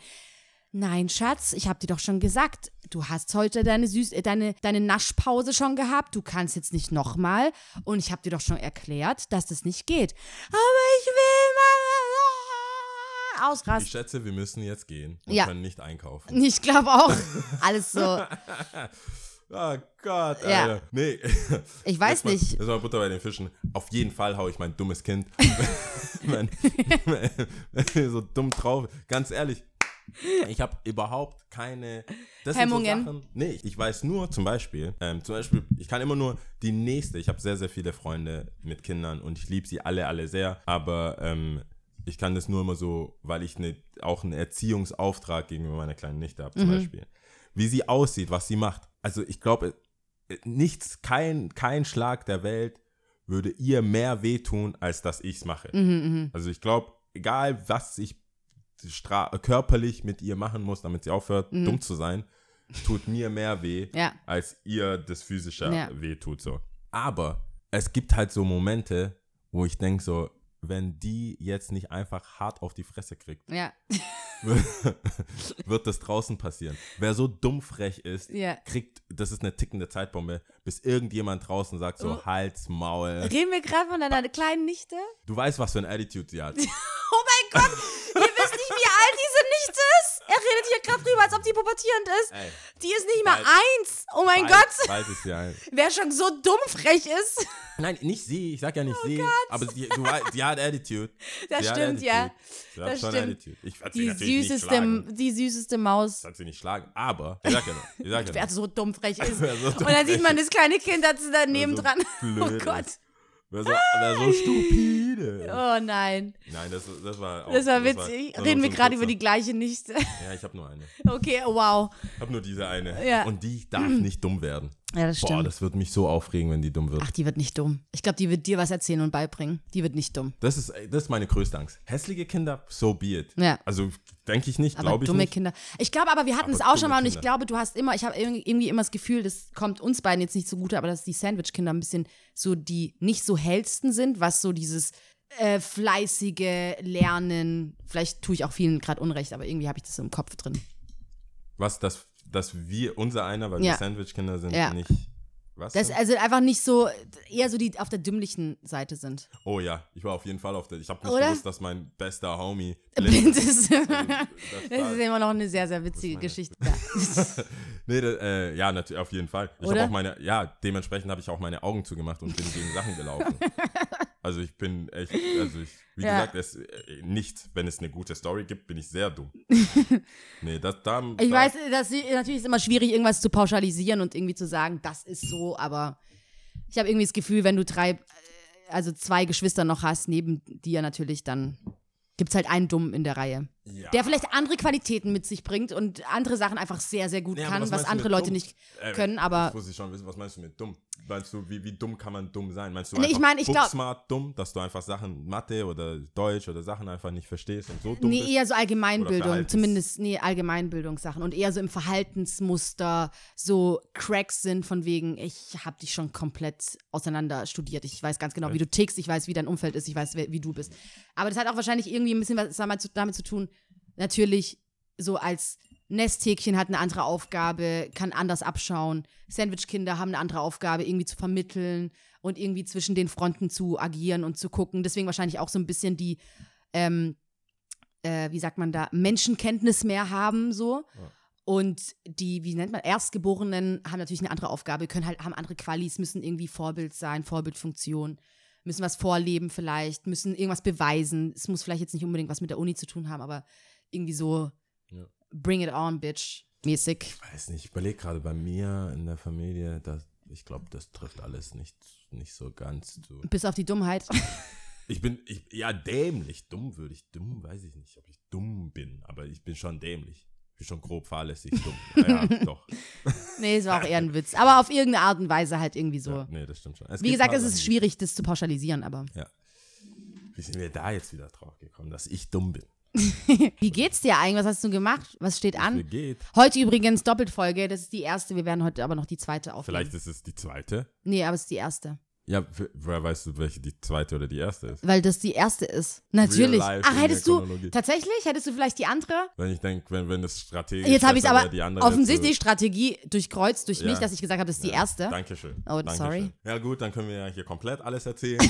Nein, Schatz, ich habe dir doch schon gesagt, du hast heute deine Süß äh, deine deine Naschpause schon gehabt, du kannst jetzt nicht nochmal und ich habe dir doch schon erklärt, dass das nicht geht. Aber ich will mal ausrasten. Ich schätze, wir müssen jetzt gehen und Ja. können nicht einkaufen. Ich glaube auch. Alles so. Oh Gott, Ja. Alter. Nee. Ich weiß Jetzt mal- äh, nicht. Jetzt mal Butter bei den Fischen. Auf jeden Fall hau ich mein [laughs] dummes Kind. [laughs] mein, mein, [laughs] so dumm drauf. Ganz ehrlich. Ich habe überhaupt keine das sind Hemmungen. So Sachen, nee, ich weiß nur zum Beispiel, ähm, zum Beispiel, ich kann immer nur die nächste. Ich habe sehr, sehr viele Freunde mit Kindern und ich liebe sie alle, alle sehr. Aber ähm, ich kann das nur immer so, weil ich ne, auch einen Erziehungsauftrag gegenüber meiner kleinen Nichte habe, zum Beispiel. Wie sie aussieht, was sie macht. Also ich glaube, nichts, kein, kein Schlag der Welt würde ihr mehr wehtun, als dass ich es mache. Mhm, Also ich glaube, egal was ich stra körperlich mit ihr machen muss, damit sie aufhört, dumm zu sein, tut mir mehr weh, Mhm. Ja. als ihr das physische Ja. weh tut. So. Aber es gibt halt so Momente, wo ich denke so, wenn die jetzt nicht einfach hart auf die Fresse kriegt, Ja. wird das draußen passieren. Wer so dumm frech ist, Ja. kriegt, das ist eine tickende Zeitbombe, bis irgendjemand draußen sagt Mhm. so, Hals, Maul. Reden wir gerade von deiner kleinen Nichte? Du weißt, was für ein Attitude sie hat. [laughs] Oh mein Gott! Ihr wisst nicht, wie alt diese Nichte ist! Er redet hier gerade drüber, als ob die pubertierend ist. Ey, Die ist nicht mal Bald. eins! Oh mein bald, Gott! Bald ist sie ein. Wer schon so dummfrech ist. [laughs] Nein, nicht sie, ich sag ja nicht sie, aber sie, du, weißt, sie hat Attitude. Oh [laughs] Das sie hat stimmt, Attitude. ja. Sie hat Das schon stimmt. Attitude. Ich werd sie Die natürlich nicht süßeste, schlagen. die süßeste Maus. Ich werd sie nicht schlagen, aber, ich sag ja nur, ich sag ja Wer nur, so [laughs] dummfrech ist. Wer so Und dann sieht man das kleine Kind da daneben so dran. [laughs] Oh blöd Gott. ist. wer so, wer so stupide. Oh nein. Nein, das, das war auch, Das war witzig. das war Reden so wir ein gerade über die kurzer- gleiche Nichte. [laughs] Ja, ich habe nur eine. Okay, wow. Ich habe nur diese eine. Ja. Und [clears throat] die darf nicht dumm werden. Ja, das Boah, stimmt. das wird mich so aufregen, wenn die dumm wird. Ach, die wird nicht dumm. Ich glaube, die wird dir was erzählen und beibringen. Die wird nicht dumm. Das ist, das ist meine größte Angst. Hässliche Kinder, so be it. Ja. Also denke ich nicht, Aber glaube ich dumme nicht. Kinder. Ich glaube aber, wir hatten Aber es auch schon dumme mal und ich Kinder. glaube, du hast immer, ich habe irgendwie irgendwie immer das Gefühl, das kommt uns beiden jetzt nicht zugute, aber dass die Sandwich-Kinder ein bisschen so die nicht so hellsten sind, was so dieses äh, fleißige Lernen, vielleicht tue ich auch vielen gerade Unrecht, aber irgendwie habe ich das im Kopf drin. Was, dass, dass wir, unser einer, weil Ja. wir Sandwich-Kinder sind, Ja. nicht. Was? Das denn? also einfach nicht so, eher so die auf der dümmlichen Seite sind. oh ja, ich war auf jeden Fall auf der. Ich habe nicht Oder? gewusst, dass mein [laughs] bester Homie Blind blind ist. [laughs] ist. das Das war- ist immer noch eine sehr, sehr witzige meine- Geschichte. Ja. Nee, da, äh, ja, natürlich, auf jeden Fall. Ich habe Oder? auch meine, ja, dementsprechend habe ich auch meine Augen zugemacht und bin gegen Sachen [laughs] gelaufen. Also ich bin echt, also ich, wie Ja. gesagt, es, äh, nicht, wenn es eine gute Story gibt, bin ich [laughs] sehr dumm. nee, das, da, Ich da, weiß, das ist natürlich ist immer schwierig, irgendwas zu pauschalisieren und irgendwie zu sagen, das ist so, aber ich habe irgendwie das Gefühl, wenn du drei, äh, also zwei Geschwister noch hast, neben dir natürlich, dann gibt es halt einen Dummen in der Reihe. Ja. der vielleicht andere Qualitäten mit sich bringt und andere Sachen einfach sehr, sehr gut Nee, aber kann, was, meinst du andere mit Leute dumm? nicht Äh, können, aber Das muss ich schon wissen, was meinst du mit dumm? Meinst du, wie, wie dumm kann man dumm sein? Meinst du Nee, einfach ich meine, ich glaub- smart dumm, dass du einfach Sachen, Mathe oder Deutsch oder Sachen einfach nicht verstehst und so dumm bist? nee, eher so Oder Allgemeinbildung, Verhaltens- zumindest, nee, Allgemeinbildungssachen und eher so im Verhaltensmuster so Cracks sind von wegen, ich habe dich schon komplett auseinander studiert, ich weiß ganz genau, wie du tickst, ich weiß, wie dein Umfeld ist, ich weiß, wer, wie du bist. Aber das hat auch wahrscheinlich irgendwie ein bisschen was damit zu, damit zu tun, natürlich so als Nesthäkchen hat eine andere Aufgabe, kann anders abschauen. Sandwichkinder haben eine andere Aufgabe, irgendwie zu vermitteln und irgendwie zwischen den Fronten zu agieren und zu gucken. Deswegen wahrscheinlich auch so ein bisschen die, ähm, äh, wie sagt man da, Menschenkenntnis mehr haben so. Ja. Und die, wie nennt man, Erstgeborenen haben natürlich eine andere Aufgabe, können halt, haben andere Qualis, müssen irgendwie Vorbild sein, Vorbildfunktion, müssen was vorleben vielleicht, müssen irgendwas beweisen. Es muss vielleicht jetzt nicht unbedingt was mit der Uni zu tun haben, aber irgendwie so Ja. Bring it on, bitch. Mäßig. weiß nicht, ich überlege gerade bei mir in der Familie, dass, ich glaube, das trifft alles nicht, nicht so ganz zu. Bis auf die Dummheit. [laughs] Ich bin, ich, ja, dämlich. Dumm würde ich, dumm weiß ich nicht, ob ich dumm bin, aber ich bin schon dämlich. Ich bin schon grob fahrlässig [laughs] dumm. Ja, ja doch. nee, es war auch eher ein Witz. Aber auf irgendeine Art und Weise halt irgendwie so. Ja, nee, das stimmt schon. Wie gesagt, es ist schwierig, das zu pauschalisieren, aber. Wie sind wir da jetzt wieder drauf gekommen, dass ich dumm bin? Wie geht's dir eigentlich? Was hast du gemacht? Was steht Mir an? geht. Heute übrigens Doppelfolge. Das ist die erste. Wir werden heute aber noch die zweite aufnehmen. Vielleicht ist es die zweite. Nee, aber es ist die erste. Ja, w- woher weißt du, welche die zweite oder die erste ist? Weil das die erste ist. Natürlich. life in Ach, der hättest du. Chronologie. Tatsächlich? Hättest du vielleicht die andere? Wenn ich denke, wenn, wenn es strategisch Jetzt habe ich besser aber wäre, die andere äh, offensichtlich Strategie durchkreuzt durch Ja. mich, dass ich gesagt habe, das ist die erste. Dankeschön. Oh, Dankeschön. sorry. Ja gut, dann können wir ja hier komplett alles erzählen. [laughs]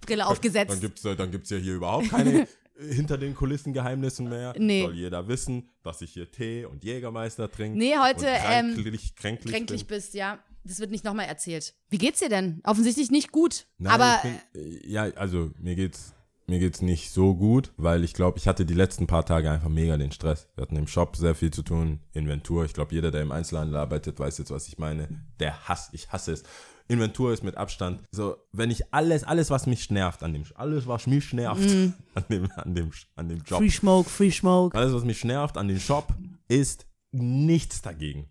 Brille Dann aufgesetzt. gibt es dann gibt's ja hier überhaupt [laughs] keine äh, hinter den Kulissen Geheimnissen mehr. Nee. Soll jeder wissen, dass ich hier Tee und Jägermeister trinke. Nee, heute, und ähm, kränklich, kränklich, kränklich bin. bist, ja. Das wird nicht nochmal erzählt. Wie geht's dir denn? Offensichtlich nicht gut. Nein, aber ich bin, äh, ja, also mir geht's mir geht's nicht so gut, weil ich glaube, ich hatte die letzten paar Tage einfach mega den Stress. Wir hatten im Shop sehr viel zu tun, Inventur. Ich glaube, jeder, der im Einzelhandel arbeitet, weiß jetzt, was ich meine. Der Hass, ich hasse es. Inventur ist mit Abstand. So, wenn ich alles, alles, was mich nervt an dem, alles, was mich nervt [laughs] an dem, an dem, an dem Job. Smoke, Mhm. Free Smoke. Alles, was mich nervt an den Shop, ist nichts dagegen.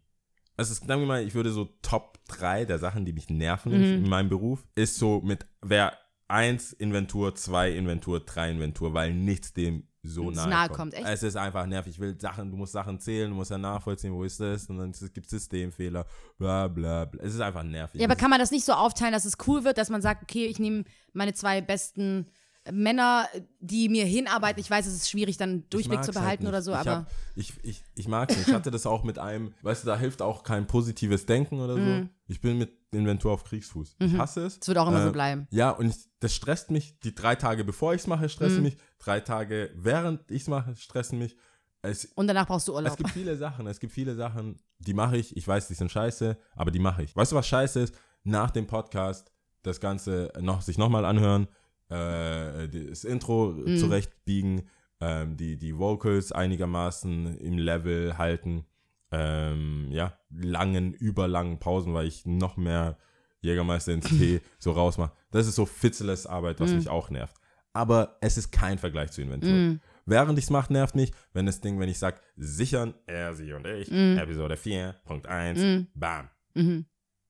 Es ist, sagen wir mal, ich würde so Top 3 der Sachen, die mich nerven Mhm. in meinem Beruf, ist so mit, wer 1 Inventur, 2 Inventur, 3 Inventur, weil nichts dem so Es nahe, nahe kommt. kommt, echt? Es ist einfach nervig. Ich will Sachen, du musst Sachen zählen, du musst ja nachvollziehen, wo ist das, und dann gibt es Systemfehler, bla bla bla. Es ist einfach nervig. Ja, aber Es kann man das nicht so aufteilen, dass es cool wird, dass man sagt, okay, ich nehme meine zwei besten Männer, die mir hinarbeiten. Ich weiß, es ist schwierig, dann Ich Durchblick mag's zu behalten halt oder nicht. so, ich aber Hab, ich ich, ich mag nicht. Ich hatte das auch mit einem, weißt du, da hilft auch kein positives Denken oder so. Ich bin mit Inventur auf Kriegsfuß. Ich hasse Mhm. es. Ähm, es wird auch immer so bleiben. Ja, und ich, das stresst mich. Die drei Tage bevor ich es mache, stressen Mhm. mich. Drei Tage während ich es mache, stressen mich. Es, Und danach brauchst du Urlaub. es gibt viele Sachen, es gibt viele Sachen, die mache ich. Ich weiß, die sind scheiße, aber die mache ich. Weißt du, was scheiße ist? Nach dem Podcast das Ganze noch, sich nochmal anhören, äh, das Intro zurechtbiegen, ähm, die, die Vocals einigermaßen im Level halten. Ähm, ja, langen, überlangen Pausen, weil ich noch mehr Jägermeister ins Tee so rausmache. Das ist so fitzeles Arbeit, was mich auch nervt. Aber es ist kein Vergleich zu Inventur. Während ich es mache, nervt mich, wenn das Ding, wenn ich sage, sichern, er, sie und ich, Mm. Episode 4.1, bam. Mhm.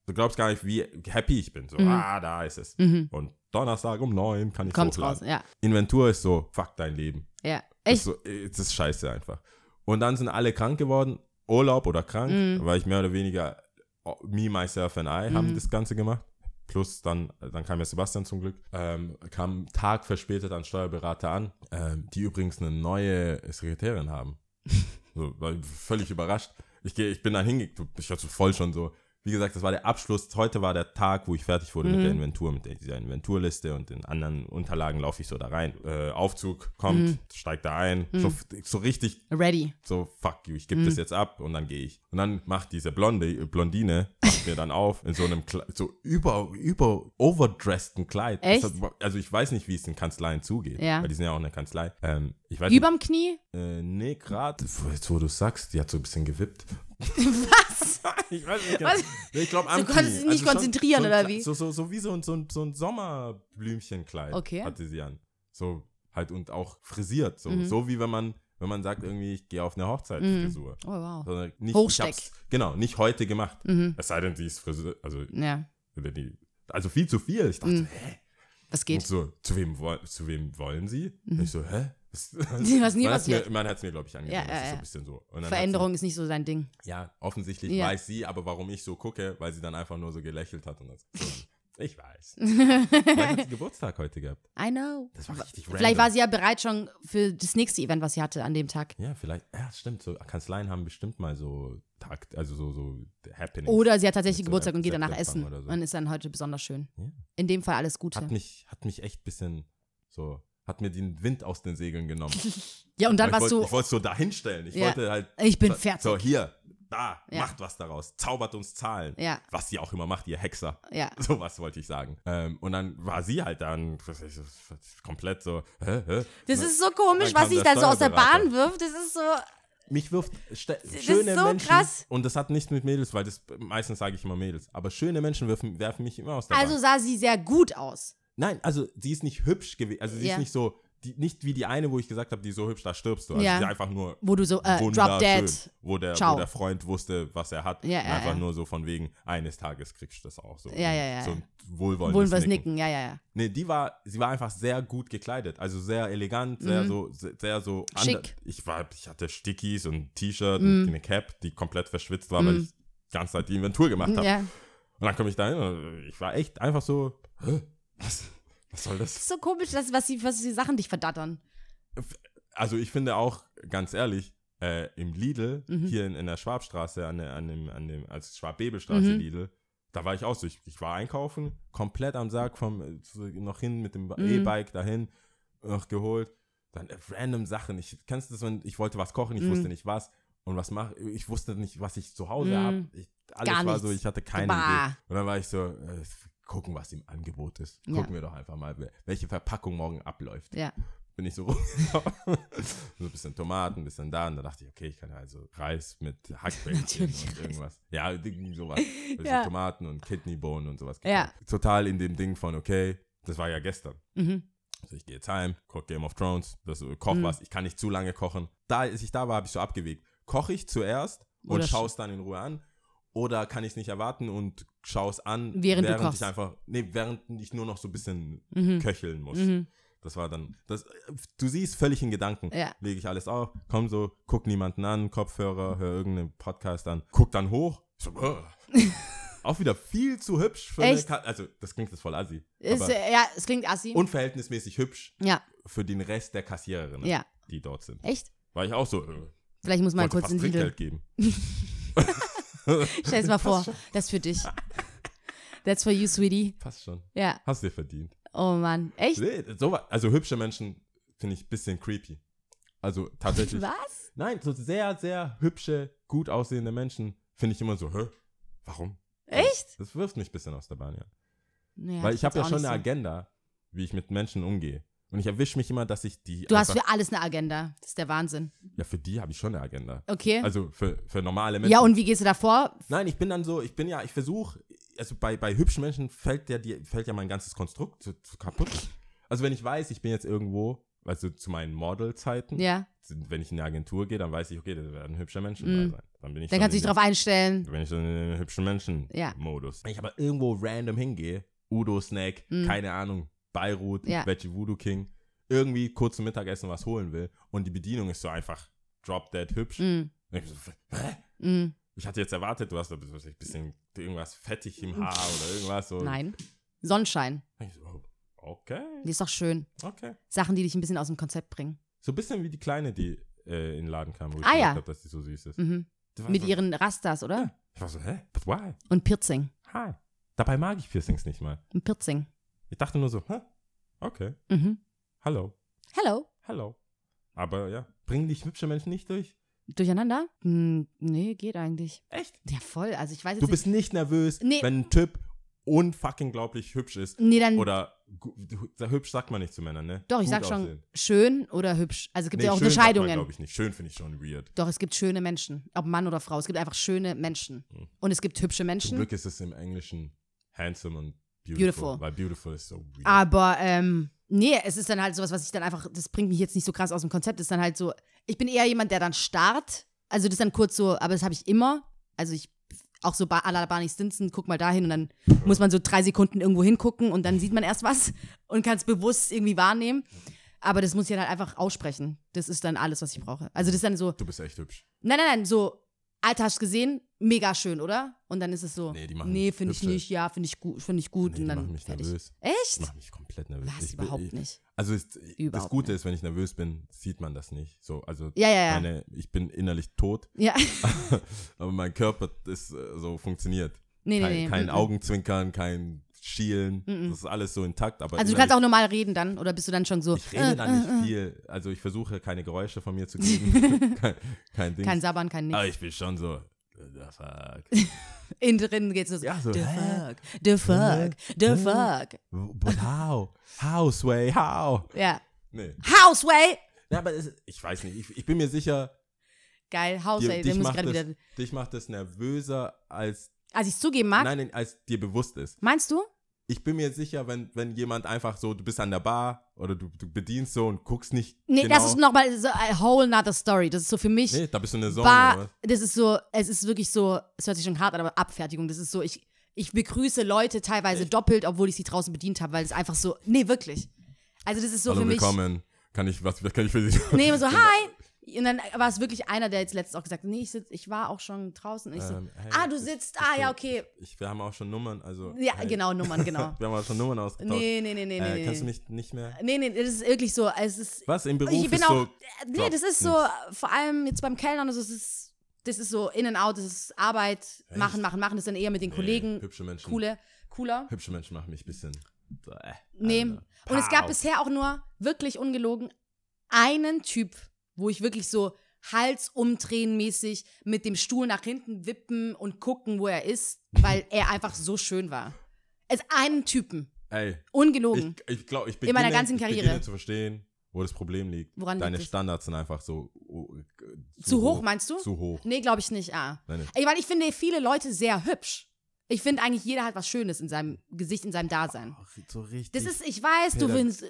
Du glaubst gar nicht, wie happy ich bin. So, Mm. ah, da ist es. Mhm. Und Donnerstag um neun kann ich Kommt's raus, hochladen. ja. Inventur ist so, fuck dein Leben. Ja. Ist Echt? so, äh, das ist scheiße einfach. Und dann sind alle krank geworden, Urlaub oder krank, weil ich mehr oder weniger, oh, me, myself and I haben das Ganze gemacht. Plus dann, dann kam ja Sebastian zum Glück, ähm, kam einen Tag verspätet an Steuerberater an, ähm, die übrigens eine neue Sekretärin haben. So, war ich völlig überrascht. Ich, geh, ich bin da hingegangen, ich war so voll schon so. Wie gesagt, das war der Abschluss. Heute war der Tag, wo ich fertig wurde Mhm. mit der Inventur, mit der- dieser Inventurliste und den anderen Unterlagen laufe ich so da rein. Äh, Aufzug kommt, Mhm. steigt da ein, so, so richtig Ready. so, fuck you, ich gebe Mhm. das jetzt ab und dann gehe ich. Und dann macht diese Blonde, äh, Blondine, macht mir dann auf in so einem, Kle so über, über, overdressten Kleid. Echt? Das hat- also ich weiß nicht, wie es in Kanzleien zugeht, Ja. weil die sind ja auch eine Kanzlei. Ähm, ich weiß Überm Knie? nicht, äh, nee, gerade, jetzt wo du sagst, die hat so ein bisschen gewippt. Was? [laughs] Ich weiß nicht genau. Was? Nee, ich glaube, Du konntest dich nicht konzentrieren, so ein oder Kle- wie? So, so, so wie so ein, so ein, so ein Sommerblümchenkleid Okay. hatte sie an. So halt und auch frisiert. So, Mhm. so wie wenn man, wenn man sagt, irgendwie, ich gehe auf eine Hochzeitsfrisur. Oh, wow. Sondern nicht, Hochsteck. Mhm. Ich hab's, genau, nicht heute gemacht. Es sei denn, sie ist Friseur, also, Ja, die, also viel zu viel. Ich Mhm. dachte, hä? was Und geht? Mhm. so, zu wem, woll- zu wem wollen sie? Ich so, hä? [laughs] Was, Was nie man hat's passiert. Mir, man hat es mir, glaube ich, angesehen. Ja, das ja, ist so ja. ein bisschen so. Und dann hat sie- Veränderung ist nicht so sein Ding. ja, offensichtlich Ja. weiß sie, aber warum ich so gucke, weil sie dann einfach nur so gelächelt hat und das. [laughs] So, ich weiß. Vielleicht hat sie Geburtstag heute gehabt. I know. Das war richtig Vielleicht random. war sie ja bereit schon für das nächste Event, was sie hatte an dem Tag. Ja, vielleicht. Ja, stimmt. So Kanzleien haben bestimmt mal so Takt, also so, so Happenings. Oder sie hat tatsächlich So Geburtstag und geht danach essen Sektempfang oder so. und ist dann heute besonders schön. Ja. In dem Fall alles Gute. Hat mich, hat mich echt ein bisschen so, hat mir den Wind aus den Segeln genommen. Ja, und [laughs] dann Weil ich warst du, wollte- Ich wollte es so dahinstellen. Ich Ja. wollte halt. ich bin so- So, Äh, fertig. hier, da, Ja. macht was daraus. Zaubert uns Zahlen. Ja, Was sie auch immer macht, ihr Hexer. [laughs] ja. So was wollte ich sagen. Ähm, und dann war sie halt dann was weiß ich, komplett so. Hä, hä? Das ist so komisch, was Dann kam sich der da so aus der Steuerberater. Bahn wirft. Das ist so, Mich wirft ste- ist schöne so Menschen. krass. Und das hat nichts mit Mädels, weil das meistens sage ich immer Mädels. Aber schöne Menschen werfen, werfen mich immer aus der also Bahn. sah sie sehr gut aus. Nein, also sie ist nicht hübsch gewesen. Also sie Ja. ist nicht so, die, nicht wie die eine, wo ich gesagt habe, die ist so hübsch, da stirbst du. Also Ja. sie ist einfach nur Wo du so, äh, drop wunderschön, dead. wo der, Ciao. wo der Freund wusste, was er hat. Ja, und ja, einfach ja. nur so von wegen, eines Tages kriegst du das auch so. Ja, ja, ja, So ja. ein wohlwollendes Wollen wir es Nicken. nicken, ja, ja, ja. Nee, die war, sie war einfach sehr gut gekleidet. Also sehr elegant, sehr so, se- sehr so. ander- Mhm. Schick. Mhm. Ich war, ich hatte Stickies und ein T-Shirt und eine Cap, die komplett verschwitzt war, weil ich die ganze Zeit die Inventur gemacht habe. Ja. Und dann komme ich da hin und ich war echt einfach so, "Hä? was, was soll das? Ist so komisch, dass, was, die, was die Sachen dich verdattern. Also ich finde auch, ganz ehrlich, äh, im Lidl, Mhm. hier in, in der Schwabstraße, an, der, an dem, an dem, als Mhm. Schwab-Bebelstraße Lidl, da war ich auch so. Ich, ich war einkaufen, komplett am Sarg vom äh, so noch hin mit Mhm. dem E-Bike dahin, noch geholt. Dann äh, random Sachen. Ich kennst du das, wenn ich wollte was Mhm. kochen, ich wusste nicht was. Und was mache ich? wusste nicht, was ich zu Hause habe. Alles Mhm. Gar war so, nichts. ich hatte keine Bah. Idee. Und dann war ich so, äh, gucken, was im Angebot ist. Ja. Gucken wir doch einfach mal, wel- welche Verpackung morgen abläuft Ja. bin ich so [laughs] rumgelaufen. so ein bisschen Tomaten, ein bisschen da. Und da dachte ich, okay, ich kann ja also Reis mit Hackbällchen Natürlich und Reis. irgendwas. Ja, [laughs] irgendwie sowas. Ein bisschen Ja. Tomaten und Kidneybohnen und sowas. Ja. Total in dem Ding von, okay, das war ja gestern. Mhm. Also ich gehe jetzt heim, guck Game of Thrones, das äh, koch was, ich kann nicht zu lange kochen. Da, als ich da war, habe ich so abgewegt. Koche ich zuerst und Oder sch- schaue es dann in Ruhe an? Oder kann ich es nicht erwarten und schaue es an, Während du kochst. ich einfach, nee, während ich nur noch so ein bisschen Mhm. köcheln muss. Mhm. Das war dann, das, du siehst völlig in Gedanken. Ja. Lege ich alles auf, komm so, guck niemanden an, Kopfhörer, hör irgendeinen Podcast an, guck dann hoch. So, äh. [laughs] auch wieder viel zu hübsch für Echt? eine Ka Also, das klingt jetzt voll assi. Ist, aber äh, ja, es klingt assi. unverhältnismäßig hübsch ja, für den Rest der Kassiererinnen, ja. die dort sind. Echt? War ich auch so, äh, Vielleicht muss man wollte kurz fast in Lidl. Trinkgeld geben. Stell es [laughs] mal vor, das ist für dich. That's for you, sweetie. Passt schon. Ja. Hast dir verdient. Oh Mann. Echt? Nee, so, wa- also hübsche Menschen finde ich ein bisschen creepy. Also [laughs] tatsächlich. Was? Nein, so sehr, sehr hübsche, gut aussehende Menschen finde ich immer so, hä? Warum? Echt? Das wirft mich ein bisschen aus der Bahn, ja. Naja, Weil ich habe ja auch schon nicht eine so. Agenda, wie ich mit Menschen umgehe. Und ich erwische mich immer, dass ich die. Du hast einfach, für alles eine Agenda. Das ist der Wahnsinn. ja, für die habe ich schon eine Agenda. Okay. Also für, für normale Menschen. ja, und wie gehst du davor? Nein, ich bin dann so, ich bin ja, ich versuche, also bei, bei hübschen Menschen fällt ja, die, fällt ja mein ganzes Konstrukt zu, zu kaputt. Also wenn ich weiß, ich bin jetzt irgendwo, also zu meinen Modelzeiten, Ja. wenn ich in eine Agentur gehe, dann weiß ich, okay, da werden hübsche Menschen da sein. Dann bin Mhm. Dann ich schon kannst du in dich drauf einstellen. Wenn ich so in den hübschen Ja. Menschen-Modus. Wenn ich aber irgendwo random hingehe, Udo Snack, keine Ahnung, Beirut, Mhm. Ja. Veggie Voodoo King, irgendwie kurz zum Mittagessen was holen will und die Bedienung ist so einfach drop dead hübsch. Mhm. Und Ich, so, hä? Mhm. ich hatte jetzt erwartet, du hast da was weiß ich, bisschen irgendwas fettig im Haar oder irgendwas. So. Mhm. Nein. Sonnenschein. Und Ich so, oh, okay, Die ist doch schön. okay. Sachen, die dich ein bisschen aus dem Konzept bringen. So ein bisschen wie die Kleine, die äh, in den Laden kam, wo ich Ah, gedacht ja. hab, dass die so süß ist. Mhm. Die war Mit so, ihren Rastas, oder? Ich war so, hä? But why? Und Piercing. Hi. Dabei mag ich Piercings nicht mal. Ein Piercing. Ich dachte nur so, hä? Okay. Mhm. Hallo. Hello. Hallo. Aber ja, bringen dich hübsche Menschen nicht durch? Durcheinander? Hm, nee, geht eigentlich. Echt? Ja, voll. Also ich weiß jetzt Du bist nicht nervös, Nee. wenn ein Typ unfucking glaublich hübsch ist. nicht. Nee, dann. Oder gu- hübsch sagt man nicht zu Männern, ne? doch, ich Gut sag schon aussehen. schön oder hübsch. Also es gibt Nee, ja auch schön sagt man, Unterscheidungen. glaube ich nicht. Schön finde ich schon weird. Doch, es gibt schöne Menschen. Ob Mann oder Hm. Frau. Es gibt einfach schöne Menschen. Und es gibt hübsche Zum Menschen. Glück ist es im Englischen handsome und Beautiful. Weil beautiful ist so weird. Aber ähm, nee, es ist dann halt sowas, was ich dann einfach, das bringt mich jetzt nicht so krass aus dem Konzept, ist dann halt so, ich bin eher jemand, der dann starrt. Also das ist dann kurz so, aber das habe ich immer. Also ich, auch so à la Barney Stinson, guck mal dahin und dann muss man so drei Sekunden irgendwo hingucken und dann sieht man erst was [laughs] und kann es bewusst irgendwie wahrnehmen. Aber das muss ich dann halt einfach aussprechen. Das ist dann alles, was ich brauche. Also das ist dann so, Du bist echt hübsch. nein, nein, nein, so, Alter, hast du gesehen? Mega schön, oder? Und dann ist es so, Nee, nee, die machen finde ich Hübsche. nicht, ja, finde ich gut, finde ich gut Nee, die und machen dann mich fertig. nervös. Echt? Die machen mich komplett nervös. Was? Ich bin- Überhaupt ich- nicht. Also ist, das Überhaupt Gute ist, wenn ich nervös bin, sieht man das nicht. So, also Ja, ja, ja. Meine, ich bin innerlich tot, [laughs] Ja. aber mein Körper ist äh, so funktioniert. Nee, nee, kein nee. kein Mhm. Augenzwinkern, kein Schielen. Das ist alles so intakt. Aber Also du innerlich- kannst Äh, auch normal reden dann oder bist du dann schon so Ich rede dann nicht viel. Also ich versuche keine Geräusche von mir [laughs] zu geben. kein, kein Ding. äh, kein Sabbern, kein aber nichts. ich bin schon so. äh, Fuck. Innen drin geht's nur so. Ja, so, the hä? Hm? fuck, the fuck, the fuck. But how? How, Sway? How? Ja. Nee. Houseway! Ja, aber es, ich weiß nicht. Ich, ich bin mir sicher, Geil, Houseway, dir, den dich, Oh, muss ich macht gerade das, wieder. dich macht das nervöser, als, Als ich es zugeben mag, nein, nein, als dir bewusst ist. meinst du? Ich bin mir sicher, wenn, wenn jemand einfach so, du bist an der Bar oder du, du bedienst so und guckst nicht. Nee, genau, das ist nochmal so a whole nother story. Das ist so für mich. Nee, da bist du in der Zone. Bar, oder das ist so, es ist wirklich so, es hört sich schon hart an, aber Abfertigung, das ist so, ich, ich begrüße Leute teilweise doppelt, obwohl ich sie draußen bedient habe, weil es einfach so, nee, wirklich. Also das ist so was? Hallo, für mich, willkommen. Kann ich, was, was kann ich für Genau. [laughs] dich? nee, immer so, hi. Und dann war es wirklich einer, der jetzt letztens auch gesagt hat, nee, ich, sitz, ich war auch schon draußen. Und ich so, Ähm, hey, ah, du ich- sitzt, ah, ja, okay. Ich, wir haben auch schon Nummern, also. Ja, hey. genau, Nummern, [laughs] genau. Wir haben auch schon Nummern ausgetauscht. nee, nee, nee, nee, äh, nee. Kannst du nee. mich nicht mehr. Nee, nee, das ist wirklich so, es ist, Was im Beruf ich bin ist auch, äh, so. Hm. nee, das ist so, vor allem jetzt beim Kellnern, also es ist, das ist so in and out, das ist Arbeit, machen, machen, machen, das ist dann eher mit den Nee, Kollegen, Hübsche Menschen. coole, cooler. Hübsche Menschen machen mich ein bisschen. So, äh, Nee. Alter. Und es gab Pow. bisher auch nur, wirklich ungelogen, einen Typ, wo ich wirklich so Hals umdrehen mäßig mit dem Stuhl nach hinten wippen und gucken, wo er ist, weil er einfach so schön war. Es einen Typen, Ey, ich, ungelogen. ich glaube, ich beginne, In meiner ganzen ich Karriere. beginne zu verstehen, wo das Problem liegt. Woran liegt Deine es? Standards sind einfach so. oh, äh, Zu hoch, meinst du? Zu hoch. nee, glaube ich nicht. Ah. Nein, nein. Ey, weil ich finde viele Leute sehr hübsch. Ich finde eigentlich jeder hat was Schönes in seinem Gesicht, in seinem Dasein. Ach, so richtig. Das ist, ich weiß, du Peter- willst.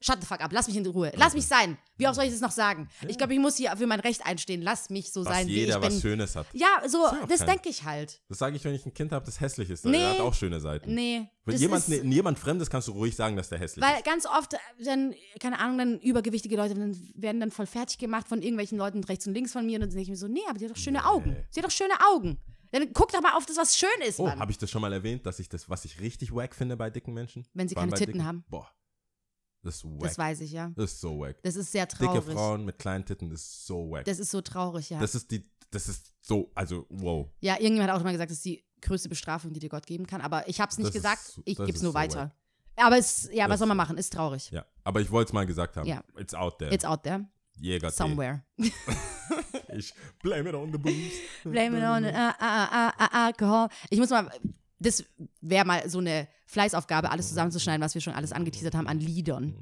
Shut the fuck up, lass mich in Ruhe. Lass mich sein. Wie oft soll ich das noch sagen? Ich glaube, ich muss hier für mein Recht einstehen. Lass mich so dass sein, wie jeder ich bin. was Schönes hat. Ja, so, ja auch das kein- denke ich halt. Das sage ich, wenn ich ein Kind habe, das hässlich ist. Nee. Der hat auch schöne Seiten. Nee. Wenn das jemand, ist, ne, jemand Fremdes kannst du ruhig sagen, dass der hässlich Weil ist. ganz oft, äh, dann, keine Ahnung, dann übergewichtige Leute dann werden dann voll fertig gemacht von irgendwelchen Leuten rechts und links von mir. Und dann denke ich mir so, nee, aber die hat doch schöne Augen. Sie hat doch schöne Augen. Dann guck doch mal auf das, was schön ist, Oh, Mann. habe ich das schon mal erwähnt, dass ich das, was ich richtig wack finde bei dicken Menschen? Wenn sie Vor allem keine bei Titten dicken- haben. Boah. Das ist wack. das weiß ich, ja. Das ist so wack. Das ist sehr Dicke traurig. Frauen mit kleinen Titten, das ist so wack. Das, Das ist so traurig, ja. ist die, das ist so, also wow. Ja, irgendjemand hat auch schon mal gesagt, das ist die größte Bestrafung, die dir Gott geben kann. Aber ich hab's nicht Das ist gesagt, so- ich das geb's ist nur so weiter. Aber es, ja, Das was ist soll man so. machen? Ist traurig. Ja, aber ich wollte es mal gesagt haben. Ja. It's out there. It's out there, Jäger. somewhere. Ich blame it on the booze. Blame it on äh, äh, äh, äh, Alcohol. Ich muss mal, das wäre mal so eine Fleißaufgabe, alles zusammenzuschneiden, was wir schon alles angeteasert haben an Liedern.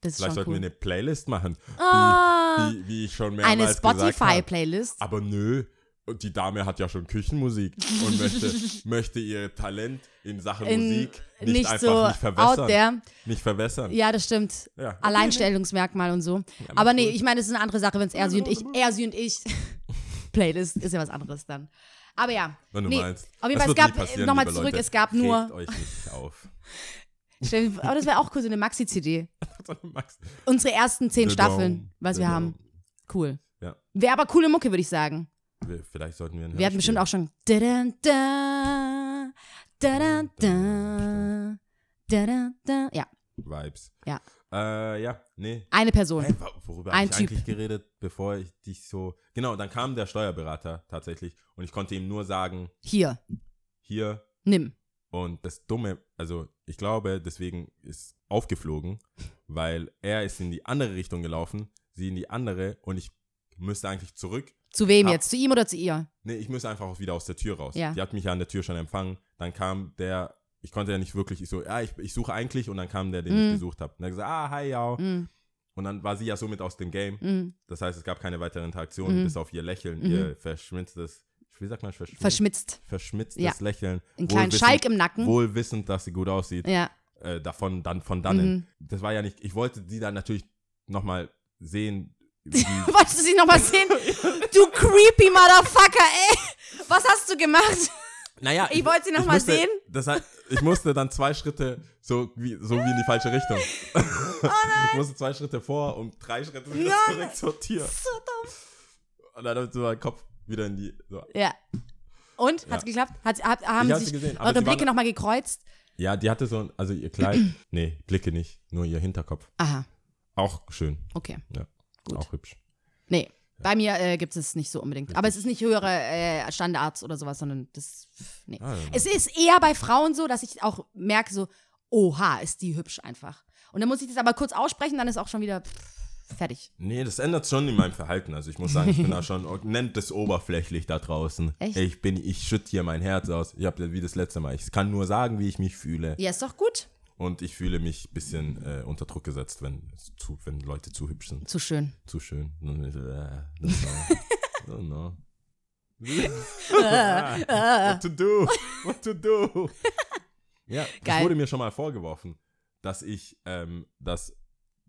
Das ist Vielleicht schon sollten cool. wir eine Playlist machen, Ah, wie, wie ich schon mehrmals eine gesagt habe. Spotify-Playlist. Aber nö, und die Dame hat ja schon Küchenmusik [laughs] und möchte, möchte ihr Talent in Sachen In- Musik nicht, nicht einfach so nicht out verwässern. there. Nicht verwässern. Ja, das stimmt. Ja, okay, Alleinstellungsmerkmal und so. Aber nee, ich meine, das ist eine andere Sache, wenn es er sie und ich, er sie und ich [laughs] Playlist ist ja was anderes dann. Aber ja, Wenn du nee, meinst. auf jeden Fall, Das es wird nie gab, passieren, nochmal liebe zurück, Leute. es gab nur- Regt euch nicht auf. [laughs] stell dir- aber das wäre auch cool, so eine Maxi-CD. Max. Unsere ersten zehn Genau, Staffeln, was wir genau. haben. Cool. Ja. Wäre aber coole Mucke, würde ich sagen. Wir, vielleicht sollten wir ein Wir hatten Hörspiel- bestimmt auch schon. Da -da -da, da -da -da, da -da -da. Ja, Vibes. Ja. Äh, ja, nee. eine Person. Hey, wa- worüber habe Ein ich Typ. eigentlich geredet, bevor ich dich so. Genau, dann kam der Steuerberater tatsächlich und ich konnte ihm nur sagen, Hier, hier nimm. und das Dumme, also ich glaube, deswegen ist aufgeflogen, weil er ist in die andere Richtung gelaufen, sie in die andere und ich müsste eigentlich zurück. Zu wem Ah. jetzt? Zu ihm oder zu ihr? Nee, ich müsste einfach auch wieder aus der Tür raus. Ja. Die hat mich ja an der Tür schon empfangen. Dann kam der, ich konnte ja nicht wirklich, ich so, ja, ich, ich suche eigentlich und dann kam der, den ich Mhm. gesucht habe. Und er hat gesagt, ah, hi, ja. Mhm. Und dann war sie ja somit aus dem Game. Mhm. Das heißt, es gab keine weitere Interaktion, Mhm. bis auf ihr Lächeln, Mhm. ihr verschwindendes, schwindendes wie sagt man, verschmitzt, verschmitzt. verschmitztes Ja. Lächeln. Einen kleinen wohlwissend- Schalk im Nacken. Wohlwissend, dass sie gut aussieht. Ja, Mhm. Äh, davon, dann, von dannen. Das war ja nicht, ich wollte die dann natürlich nochmal sehen, [laughs] wie, [laughs] Wolltest du sie nochmal [laughs] sehen? Du creepy Motherfucker, ey. Was hast du [laughs] gemacht? Naja, Ich wollte sie noch ich mal musste- sehen. Das heißt, ich musste dann zwei Schritte so wie, so wie in die falsche [laughs] Richtung. Oh [laughs] Ich musste zwei Schritte vor und drei Schritte wieder Nein. zurück zur Tür. So dumm. Und dann hat so mein Kopf wieder in die. So. Ja. Und? Ja. Hat's geklappt? Hat, hab, haben hab sie sich gesehen, aber eure sie Blicke waren- nochmal gekreuzt? Ja, die hatte so ein, also [clears throat] ihr Kleid. nee, Blicke nicht, nur ihr Hinterkopf. Aha, Auch schön. okay. Ja. Gut. Auch hübsch. Nee. Bei mir äh, gibt es nicht so unbedingt. Aber es ist nicht höhere äh, Standards oder sowas, sondern das. pff, Nee. Ah, ja. Es ist eher bei Frauen so, dass ich auch merke, so, oha, ist die hübsch einfach. Und dann muss ich das aber kurz aussprechen, dann ist auch schon wieder pff, fertig. Nee, das ändert schon in meinem Verhalten. Also ich muss sagen, ich bin da schon, nennt es oberflächlich da draußen. Echt? Ich bin, ich schütte hier mein Herz aus. Ich habe wie das letzte Mal. Ich kann nur sagen, wie ich mich fühle. Ja, ist doch gut. Und ich fühle mich ein bisschen äh, unter Druck gesetzt, wenn, es zu, wenn Leute zu hübsch sind, Zu schön. zu schön. Dann ist, äh, das war- [laughs] I don't [laughs] know. Äh, Ah. What [laughs] to do? What to do? Ja, das Geil. wurde mir schon mal vorgeworfen, dass ich, ähm, dass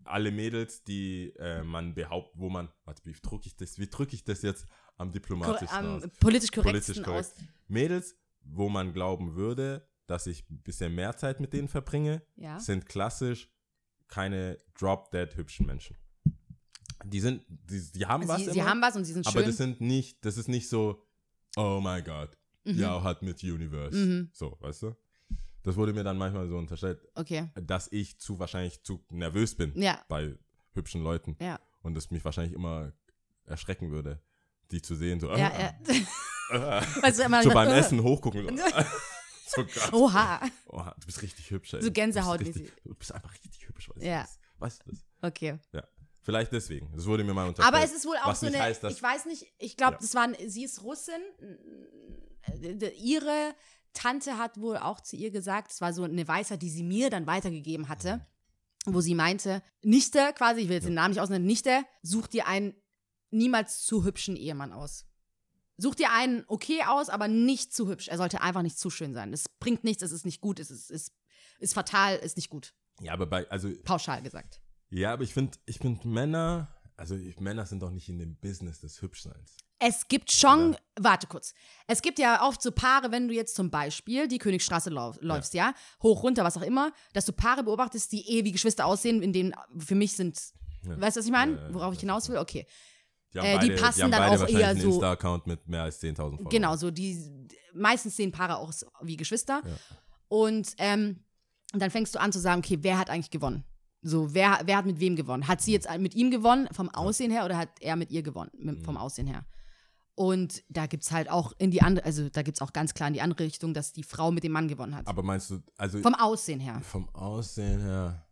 alle Mädels, die äh, man behauptet, wo man, warte, wie drücke ich das, wie drücke ich das jetzt am Kor diplomatischsten am aus? ähm, politisch korrektesten Politisch korrekt. aus. Mädels, wo man glauben würde, dass ich ein bisschen mehr Zeit mit denen verbringe, Ja. sind klassisch keine drop-dead hübschen Menschen. Die sind, die, die haben was Also Sie, sie immer, haben was und sie sind aber schön. das sind nicht, das ist nicht so, oh mein Gott, ja, hat mit Universe. Mhm. So, weißt du? Das wurde mir dann manchmal so unterstellt, okay. dass ich zu wahrscheinlich zu nervös bin Ja, bei hübschen Leuten ja, und es mich wahrscheinlich immer erschrecken würde, die zu sehen, so, ja. ah, ja. [laughs] [laughs] Weißt du, immer so ich mach, Ah. beim äh, [laughs] Essen hochgucken. So, so krass. Oha. Oha, du bist richtig hübsch. Ey. So Du bist Gänsehaut- richtig- Du bist einfach richtig hübsch. Weißt Ja. du das? Weißt du das? Okay. Ja. Vielleicht deswegen. Das wurde mir mal unterstellt. Aber es ist wohl auch was so nicht eine. heißt, dass- ich weiß nicht, ich glaube, Ja. das waren. Sie ist Russin. äh, d- Ihre Tante hat wohl auch zu ihr gesagt, es war so eine Weisheit, die sie mir dann weitergegeben hatte, Mhm. wo sie meinte: Nichte, quasi, ich will jetzt den Namen nicht ausnehmen, Nichte, such dir einen niemals zu hübschen Ehemann aus. Such dir einen okay aus, aber nicht zu hübsch. Er sollte einfach nicht zu schön sein. Das bringt nichts, es ist nicht gut, es ist, ist, ist fatal, ist nicht gut. Ja, aber bei, also, Pauschal gesagt. ja, aber ich finde, ich finde Männer, also ich, Männer sind doch nicht in dem Business des Hübschseins. Es gibt schon, warte kurz. Es gibt ja oft so Paare, wenn du jetzt zum Beispiel die Königstraße lau läufst, ja. hoch, runter, was auch immer, dass du Paare beobachtest, die eh wie Geschwister aussehen, in denen für mich sind, Ja. weißt du, was ich meine? Ja, ja, ja, Worauf ich ja. hinaus will? Okay. Die, haben Äh, die beide, passen die haben dann beide auch wahrscheinlich eher einen so- Insta-Account mit mehr als 10.000 Followern. Genau, so die, meistens sehen Paare auch so wie Geschwister. Ja. Und ähm, und dann fängst du an zu sagen, okay, wer hat eigentlich gewonnen? So, wer, wer hat mit wem gewonnen? Hat sie jetzt mit ihm gewonnen vom Aussehen her oder hat er mit ihr gewonnen mit, Mhm. vom Aussehen her? Und da gibt es halt auch in die andere, also da gibt es auch ganz klar in die andere Richtung, dass die Frau mit dem Mann gewonnen hat. Aber meinst du, also vom Aussehen her. Vom Aussehen her.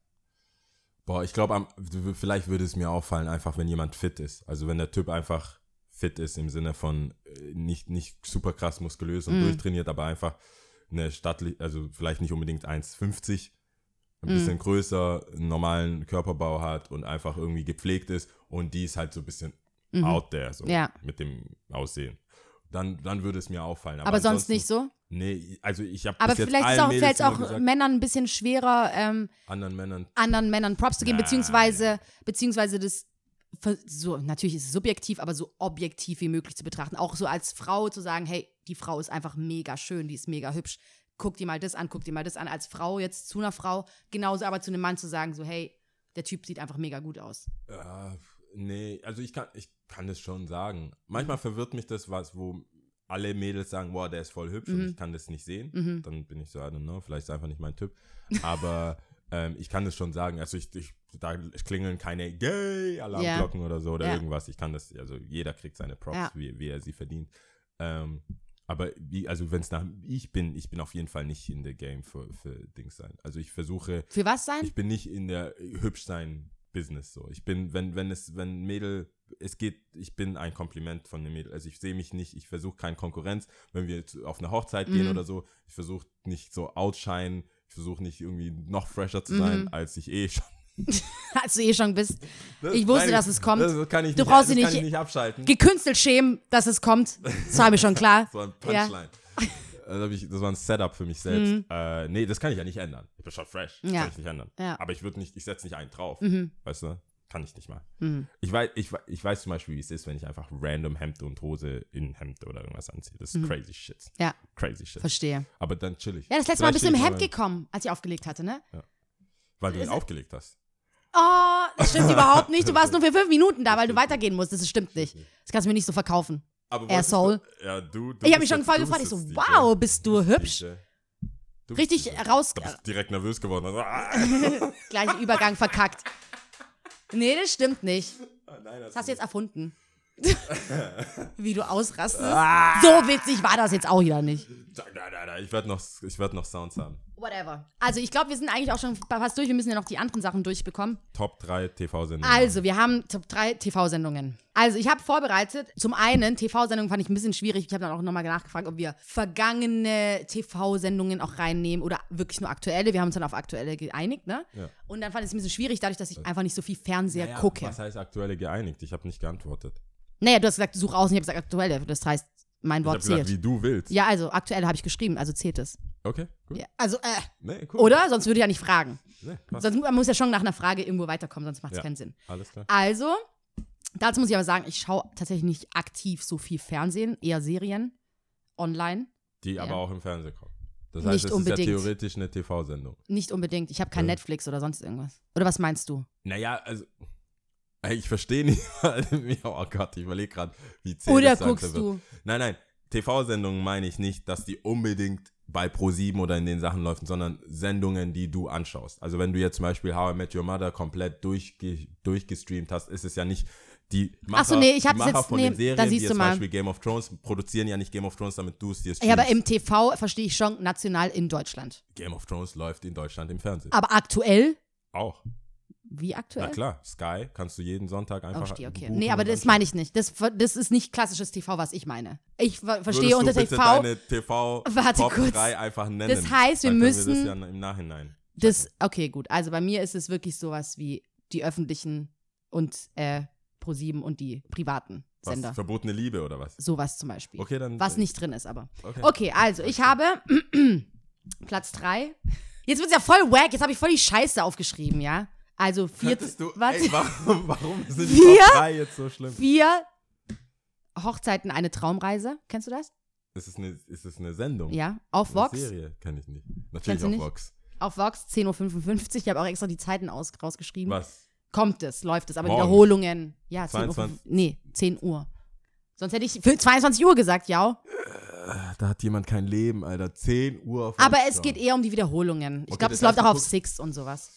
Boah, ich glaube, vielleicht würde es mir auffallen, einfach wenn jemand fit ist. Also wenn der Typ einfach fit ist im Sinne von äh, nicht, nicht super krass muskulös Mhm. und durchtrainiert, aber einfach eine stattlich, also vielleicht nicht unbedingt 1,50, ein Mhm. bisschen größer, einen normalen Körperbau hat und einfach irgendwie gepflegt ist und die ist halt so ein bisschen out there, so Mhm. Ja. mit dem Aussehen. Dann, dann würde es mir auffallen. Aber, sonst ansonsten- nicht so. Nee, also ich habe Aber bis jetzt vielleicht ist allen auch, Mädels fällt es immer auch gesagt, Männern ein bisschen schwerer, ähm, anderen Männern anderen Männern Props zu geben, Nein. beziehungsweise, beziehungsweise das ver- so, natürlich ist es subjektiv, aber so objektiv wie möglich zu betrachten. Auch so als Frau zu sagen, hey, die Frau ist einfach mega schön, die ist mega hübsch. Guck dir mal das an, guck dir mal das an. Als Frau jetzt zu einer Frau, genauso aber zu einem Mann zu sagen, so, hey, der Typ sieht einfach mega gut aus. Ja, nee, also ich kann, ich kann das schon sagen. Manchmal Mhm. verwirrt mich das, was, wo alle Mädels sagen, wow, der ist voll hübsch Mhm. und ich kann das nicht sehen. Dann bin ich so, I don't know, vielleicht ist er einfach nicht mein Typ. [laughs] Aber ähm, ich kann das schon sagen. Also ich, ich da klingeln keine Gay-Alarmglocken oder so oder Ja. irgendwas. Ich kann das, also jeder kriegt seine Props, Ja. wie, wie er sie verdient. Ähm, aber wie, also wenn es nach ich bin, ich bin auf jeden Fall nicht in der Game für, für Dings sein. Also ich versuche Für was sein? [laughs] ich bin nicht in der äh, hübsch sein Business so. Ich bin, wenn, wenn es, wenn ein Mädel, es geht, ich bin ein Kompliment von dem Mädel. Also ich sehe mich nicht, ich versuche keine Konkurrenz. Wenn wir zu- auf eine Hochzeit Mhm. gehen oder so, Mhm. ich versuche nicht so outshine, ich versuche nicht irgendwie noch fresher zu sein, als ich eh schon [laughs] als du eh schon bist. ich wusste, Nein, dass es kommt. Das kann ich Du nicht, brauchst das sie kann nicht- ich nicht abschalten. Gekünstelt schämen, dass es kommt. Das war mir schon [laughs] klar. So ein Ja. Mhm. Punchline. Das, hab ich, das war ein Setup für mich selbst. Äh, nee, das kann ich ja nicht ändern. Ich bin schon fresh. Das Ja. kann ich nicht ändern. Ja. Mhm. Aber ich würde nicht, ich setze nicht einen drauf. Weißt du? Kann ich nicht mal. Ich, weiß, ich, wei- ich weiß zum Beispiel, wie es ist, wenn ich einfach random Hemd und Hose in Hemd oder irgendwas anziehe. Das ist crazy shit. Ja, Crazy shit. verstehe. Aber dann chill ich. Mhm. Ja, das letzte Mal bist Vielleicht du im stehe Hemd ich gekommen, als ich aufgelegt hatte, ne? dabei, Weil du ihn aufgelegt hast. Oh, das [laughs] stimmt überhaupt nicht. Du warst nur für fünf Minuten da, weil du weitergehen musst. Das stimmt nicht. Das kannst du mir nicht so verkaufen. Aber Asshole. wolltest Du, ja, du, du Ich habe bist mich schon jetzt- voll du gefragt. Ich bist so, jetzt DJ. wow, bist du hübsch. DJ. Du bist Richtig äh, DJ. raus, äh, Du bist direkt nervös [laughs] geworden. Also, ah, gleich Übergang verkackt. Nee, das stimmt nicht. Nein, das Das hast du jetzt [laughs] erfunden. Wie du ausrastest. Ah. So witzig war das jetzt auch wieder nicht. Nein, nein, nein, ich werde noch, ich werd noch Sounds haben. Whatever. Also ich glaube, wir sind eigentlich auch schon fast durch. Wir müssen ja noch die anderen Sachen durchbekommen. Top 3 TV-Sendungen. Also, wir haben Top 3 TV-Sendungen. Also, ich habe vorbereitet, zum einen, TV-Sendungen fand ich ein bisschen schwierig. Ich habe dann auch nochmal nachgefragt, ob wir vergangene TV-Sendungen auch reinnehmen oder wirklich nur aktuelle. Wir haben uns dann auf aktuelle geeinigt, ne? Ja. Und dann fand ich es ein bisschen schwierig, dadurch, dass ich einfach nicht so viel Fernseher Naja, gucke. Was heißt aktuelle geeinigt? Ich habe nicht geantwortet. Naja, du hast gesagt, such aus und ich habe gesagt, aktuelle. Das heißt, mein Ich habe Wort gesagt, zählt. wie du willst. Ja, also, aktuelle habe ich geschrieben, also zählt es. Okay, gut. Ja, also, äh, Nee, cool. oder? Sonst würde ich ja nicht fragen. Nee, passt. Sonst, man muss ja schon nach einer Frage irgendwo weiterkommen, sonst macht es Ja. keinen Sinn. Alles klar. Also, dazu muss ich aber sagen, ich schaue tatsächlich nicht aktiv so viel Fernsehen, eher Serien online. Die Ja. aber auch im Fernsehen kommen. Das Nicht heißt, es ist unbedingt. ja theoretisch eine TV-Sendung. Nicht unbedingt. Ich habe kein Ja. Netflix oder sonst irgendwas. Oder was meinst du? Naja, also. [laughs] Ey, Ich verstehe nicht. [laughs] oh Gott, ich überlege gerade, wie zählt oder das Ganze guckst wird. du? Nein, nein. TV-Sendungen meine ich nicht, dass die unbedingt bei Pro7 oder in den Sachen laufen, sondern Sendungen, die du anschaust. Also wenn du jetzt zum Beispiel How I Met Your Mother komplett durchge durchgestreamt hast, ist es ja nicht die Macher, Ach so, nee, ich die hab's Macher jetzt- von nee, den Serien, da siehst die du jetzt mal. zum Beispiel Game of Thrones produzieren ja nicht Game of Thrones, damit du es dir Ja, aber streamst. im TV verstehe ich schon national in Deutschland. Game of Thrones läuft in Deutschland im Fernsehen. Aber aktuell? Auch. Wie Na aktuell? klar, Sky kannst du jeden Sonntag Oh, einfach verstehe, okay. buchen Nee, aber und das anschauen. meine ich nicht. Das, ver- das ist nicht klassisches TV, was ich meine. Ich ver- verstehe Würdest unter du bitte TV. deine TV Warte Top kurz. 3 einfach nennen. Das heißt, wir Dann können müssen- das ja im Nachhinein. Das, okay, gut. Also bei mir ist es wirklich sowas wie die öffentlichen und äh, Pro7 und die privaten Was? Sender. Verbotene Liebe oder was? Sowas zum Beispiel. Okay, dann. äh, Was nicht drin ist, aber. Okay. Okay, also ich habe [clears throat] Platz 3. Jetzt wird's ja voll wack. Jetzt habe ich voll die Scheiße aufgeschrieben, ja? Also vier. Könntest du, warte. ey, warum, [laughs] warum sind die Wir? Top 3 jetzt so schlimm? vier Hochzeiten, eine Traumreise. Kennst du das? Ist es eine, ist es eine Sendung? Ja. Auf Oh. Eine Vox. Serie kenne ich nicht. Natürlich Kennst du auf nicht? Vox. Auf Vox, 10.55 Uhr. Ich habe auch extra die Zeiten aus, rausgeschrieben. Was? Kommt es, läuft es, aber Morgens. Wiederholungen. Ja, 10 Uhr. 22. Nee, 10 Uhr. Sonst hätte ich für 22 Uhr gesagt, ja. Da hat jemand kein Leben, Alter. 10 Uhr auf Aber Vox es schauen. geht eher um die Wiederholungen. Ich Okay, glaube, das es läuft heißt, auch auf du guckst- Six und sowas.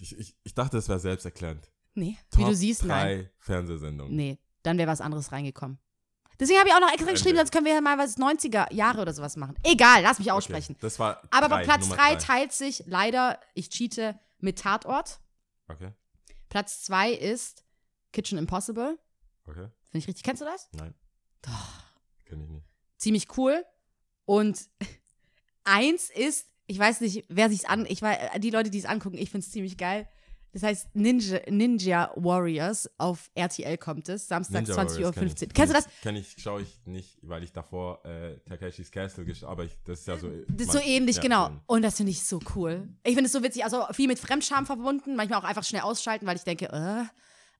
Ich, ich, ich dachte, das wäre selbsterklärend. Nee, eh wie Top du siehst, nein. drei Fernsehsendungen. Nee, dann wäre was anderes reingekommen. Deswegen habe ich auch noch extra geschrieben, Ende. sonst können wir ja mal was 90er Jahre oder sowas machen. Egal, lass mich Okay, aussprechen. Das war Aber drei, bei Platz Nummer 3 drei. teilt sich leider, ich cheate, mit Tatort. Okay, Platz 2 ist Kitchen Impossible. okay. Finde ich richtig. Kennst du das? Nein. Doch. Kenn ich nicht. Ziemlich cool. Und [laughs] eins ist, ich weiß nicht, wer sich's an, ich weiß, die Leute, die es angucken, ich find's ziemlich geil. Das heißt Ninja, Ninja Warriors auf RTL kommt es, Samstag Ninja 20.15 Uhr. Warriors kenn ich. Kennst du das? Kenn ich, schaue ich nicht, weil ich davor äh, Takeshis Castle geschaut aber ich, das ist ja so. Das ist so mein- ähnlich, ja, genau. so- Und das finde ich so cool. Ich finde es so witzig, also viel mit Fremdscham verbunden, manchmal auch einfach schnell ausschalten, weil ich denke, äh,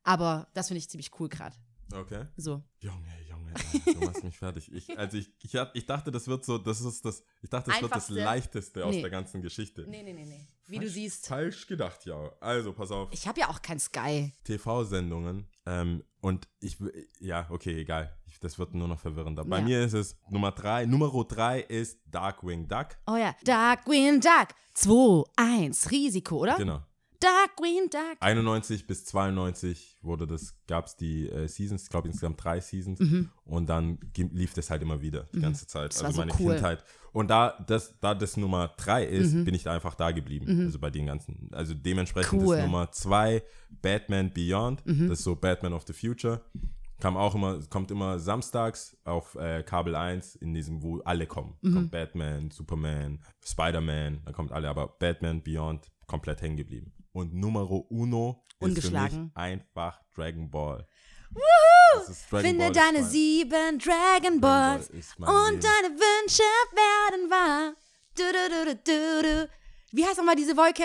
aber das finde ich ziemlich cool gerade. Okay. So. Junge, Junge, Alter, du machst mich fertig. Ich, also ich, ich, hab, ich dachte, das wird so, das ist das, ich dachte, das Einfachste. wird das Leichteste aus Nee. der ganzen Geschichte. Nee, nee, nee, nee. Wie Falsch- du siehst. Falsch gedacht, ja. Also, pass auf. Ich habe ja auch kein Sky. TV-Sendungen. Ähm, und ich, w- ja, okay, egal. Ich, das wird nur noch verwirrender. Bei Ja. mir ist es Nummer drei. Nummer drei ist Darkwing Duck. Oh ja. Darkwing Duck. 2, 1, Risiko, oder? Genau. Darkwing Duck. 91 bis 92 wurde das, gab es die äh, Seasons, ich glaube insgesamt drei Seasons. Und dann gi- lief das halt immer wieder die ganze Zeit. Mhm. war also so meine cool. Mhm. Kindheit. Und da das, da das Nummer drei ist, bin ich da einfach da geblieben. Also bei den ganzen. Also dementsprechend Cool. Mhm. ist Nummer zwei Batman Beyond. Das ist so Batman of the Future. Kam auch immer, kommt immer samstags auf äh, Kabel 1 in diesem, wo alle kommen. Mhm. Kommt Batman, Superman, Spider-Man, dann kommt alle, aber Batman Beyond komplett hängen geblieben. Und Numero Uno ist für mich Ungeschlagen. einfach Dragon Ball. Das ist- Dragon Finde Ball ist deine mein- sieben Dragon Ball Balls ist mein Leben. und deine Wünsche werden wahr. Du, du, du, du, du, du. Wie heißt nochmal diese Wolke?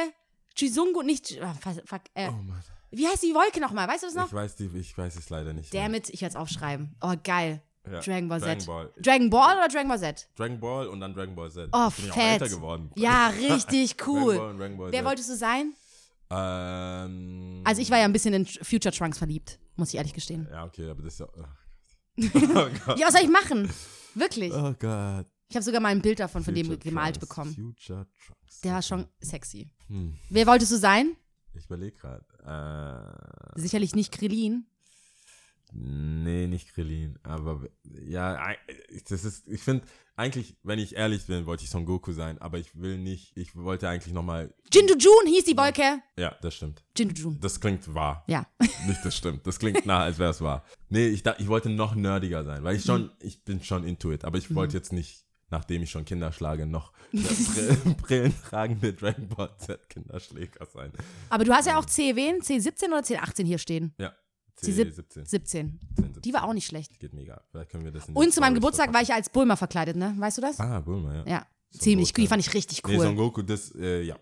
Chizungu, nicht. Ch- ah, fuck, fuck, äh, Oh Mann. Wie heißt die Wolke nochmal? Weißt du das noch? Ich weiß, die, ich weiß es leider nicht. mehr. Damn it, ich werde es aufschreiben. Oh, geil. Ja, Dragon Ball Z. Dragon Ball. Dragon Ball oder Dragon Ball Z? Dragon Ball und dann Dragon Ball Z. Oh, ich bin ja auch fett. älter geworden. Ja, richtig [laughs] Dragon Ball cool. und Dragon Ball Wer Z. wolltest du sein? Ähm, Also ich war ja ein bisschen in Tr- Future Trunks verliebt, muss ich ehrlich gestehen. ja, okay, aber das ist ja. Oh Gott. Ja, was soll ich machen? Wirklich. Oh Gott. Ich habe sogar mal ein Bild davon von dem Future gemalt Trunks, bekommen. Future Trunks. Der war schon sexy. Hm, Wer wolltest du sein? ich überlege gerade. Äh, Sicherlich nicht Krillin. nee, nicht Krillin, aber ja, ei- das ist, ich finde, eigentlich, wenn ich ehrlich bin, wollte ich Son Goku sein, aber ich will nicht, ich wollte eigentlich nochmal, Jindu Jun hieß die Wolke. ja, das stimmt. Jindu Jun. Das klingt wahr. Ja. [laughs] Nicht, das stimmt. Das klingt nah, als wäre es wahr. Nee, ich, da, ich wollte noch nerdiger sein, weil ich Mhm. schon, ich bin schon into it, aber ich wollte jetzt nicht, nachdem ich schon Kinder [laughs] schlage, noch der Br- brillentragende Dragon Ball Z Kinderschläger sein. Aber du hast ja auch C wen? C17 oder C18 hier stehen? Ja. Sie C17. sieb- 17. 17. Die war auch nicht schlecht. Geht mega. Vielleicht können wir das in die Und zu meinem Story Geburtstag war ich ja als Bulma verkleidet, ne? Weißt du das? verpacken. Ah, Bulma, ja. Ja. Ziemlich Goku. cool. Die fand ich richtig Nee, Son cool. Goku, das, äh, ja.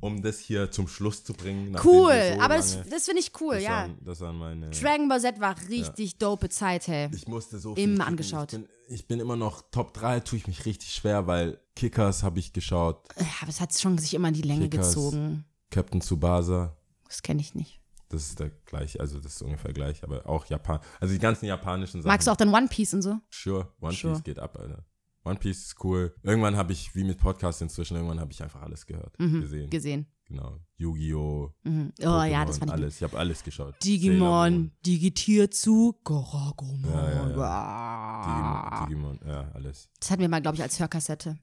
Um das hier zum Schluss zu bringen. nachdem Cool. wir so Aber das, lange- das finde ich cool, das ja. Waren, das waren meine. Dragon Ball Z war richtig dope Zeit, hey. Ich musste so Immer kicken. angeschaut. Ich bin, ich bin immer noch Top 3, tue ich mich richtig schwer, weil Kickers habe ich geschaut, Ja, aber es hat schon sich immer in die Länge Kickers. gezogen. Captain Tsubasa, Das kenne ich nicht. das ist der gleich, also das ist ungefähr gleich, aber auch Japan, also die ganzen japanischen Sachen. Magst du auch dann One Piece und so? Sure, One Sure. Piece geht ab, Alter. One Piece ist cool. Irgendwann habe ich, wie mit Podcasts inzwischen, irgendwann habe ich einfach alles gehört, Mhm. gesehen. Gesehen. genau. Yu-Gi-Oh! Mhm. Oh Pokémon, ja, das fand ich gut. alles. Ich habe alles geschaut. Sailor Moon, Digimon, Digitier zu Goragomon. Ja, ja, ja. Wow. Digimon, Digimon, ja, alles. Das hatten wir mal, glaube ich, als Hörkassette.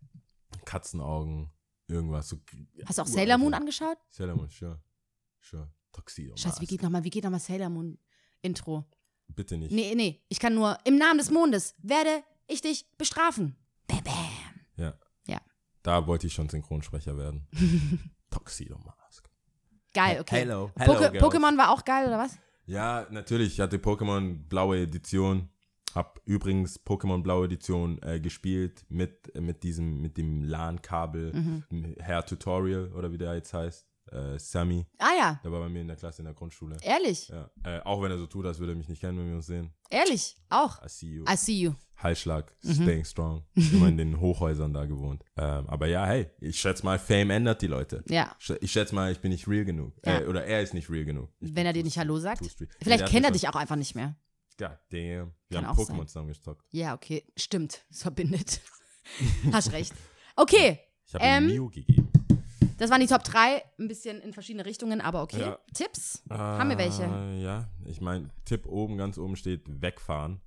Katzenaugen, irgendwas. So, Hast du auch Uralt, Sailor Moon ja. angeschaut? Sailor Moon, sure. Sure. Tuxedo Scheiße, wie Mask. geht nochmal, wie geht nochmal Sailor Moon Intro? Bitte nicht. Nee, nee, ich kann nur im Namen des Mondes werde ich dich bestrafen. Bam, bam. Ja. Ja. Da wollte ich schon Synchronsprecher [laughs] werden. Tuxedo Mask. Geil, okay. Hello. Poke Pokémon war auch geil, oder was? Ja, natürlich. Ich hatte Pokémon Blaue Edition. Hab übrigens Pokémon Blaue Edition äh, gespielt mit, äh, mit diesem, mit dem LAN-Kabel, Mhm. Herr Tutorial oder wie der jetzt heißt. Äh, Sammy, Ah ja, der war bei mir in der Klasse in der Grundschule. ehrlich, Ja. Äh, auch wenn er so tut, als würde er mich nicht kennen, wenn wir uns sehen. ehrlich, auch. I see you. I see you. Halsschlag, Mhm. staying strong. [laughs] Immer in den Hochhäusern da gewohnt. Ähm, aber ja, hey, ich schätze mal, Fame ändert die Leute. Ja. Sch- Ich schätze mal, ich bin nicht real genug. Ja. Äh, oder er ist nicht real genug. Ich Wenn er dir nicht Hallo Too sagt. street. Vielleicht Ja, kennt er das dich auch einfach nicht mehr. Ja, damn. Wir Kann haben auch Pokémon sein. zusammengestockt. Ja, okay. Stimmt. [laughs] Es [laughs] verbindet. Hast recht. Okay. Ich habe ihm Ähm, Mio gegeben. Das waren die Top 3. Ein bisschen in verschiedene Richtungen, aber okay. Ja. Tipps? Haben wir Äh, welche? Ja, ich meine, Tipp oben, ganz oben steht wegfahren.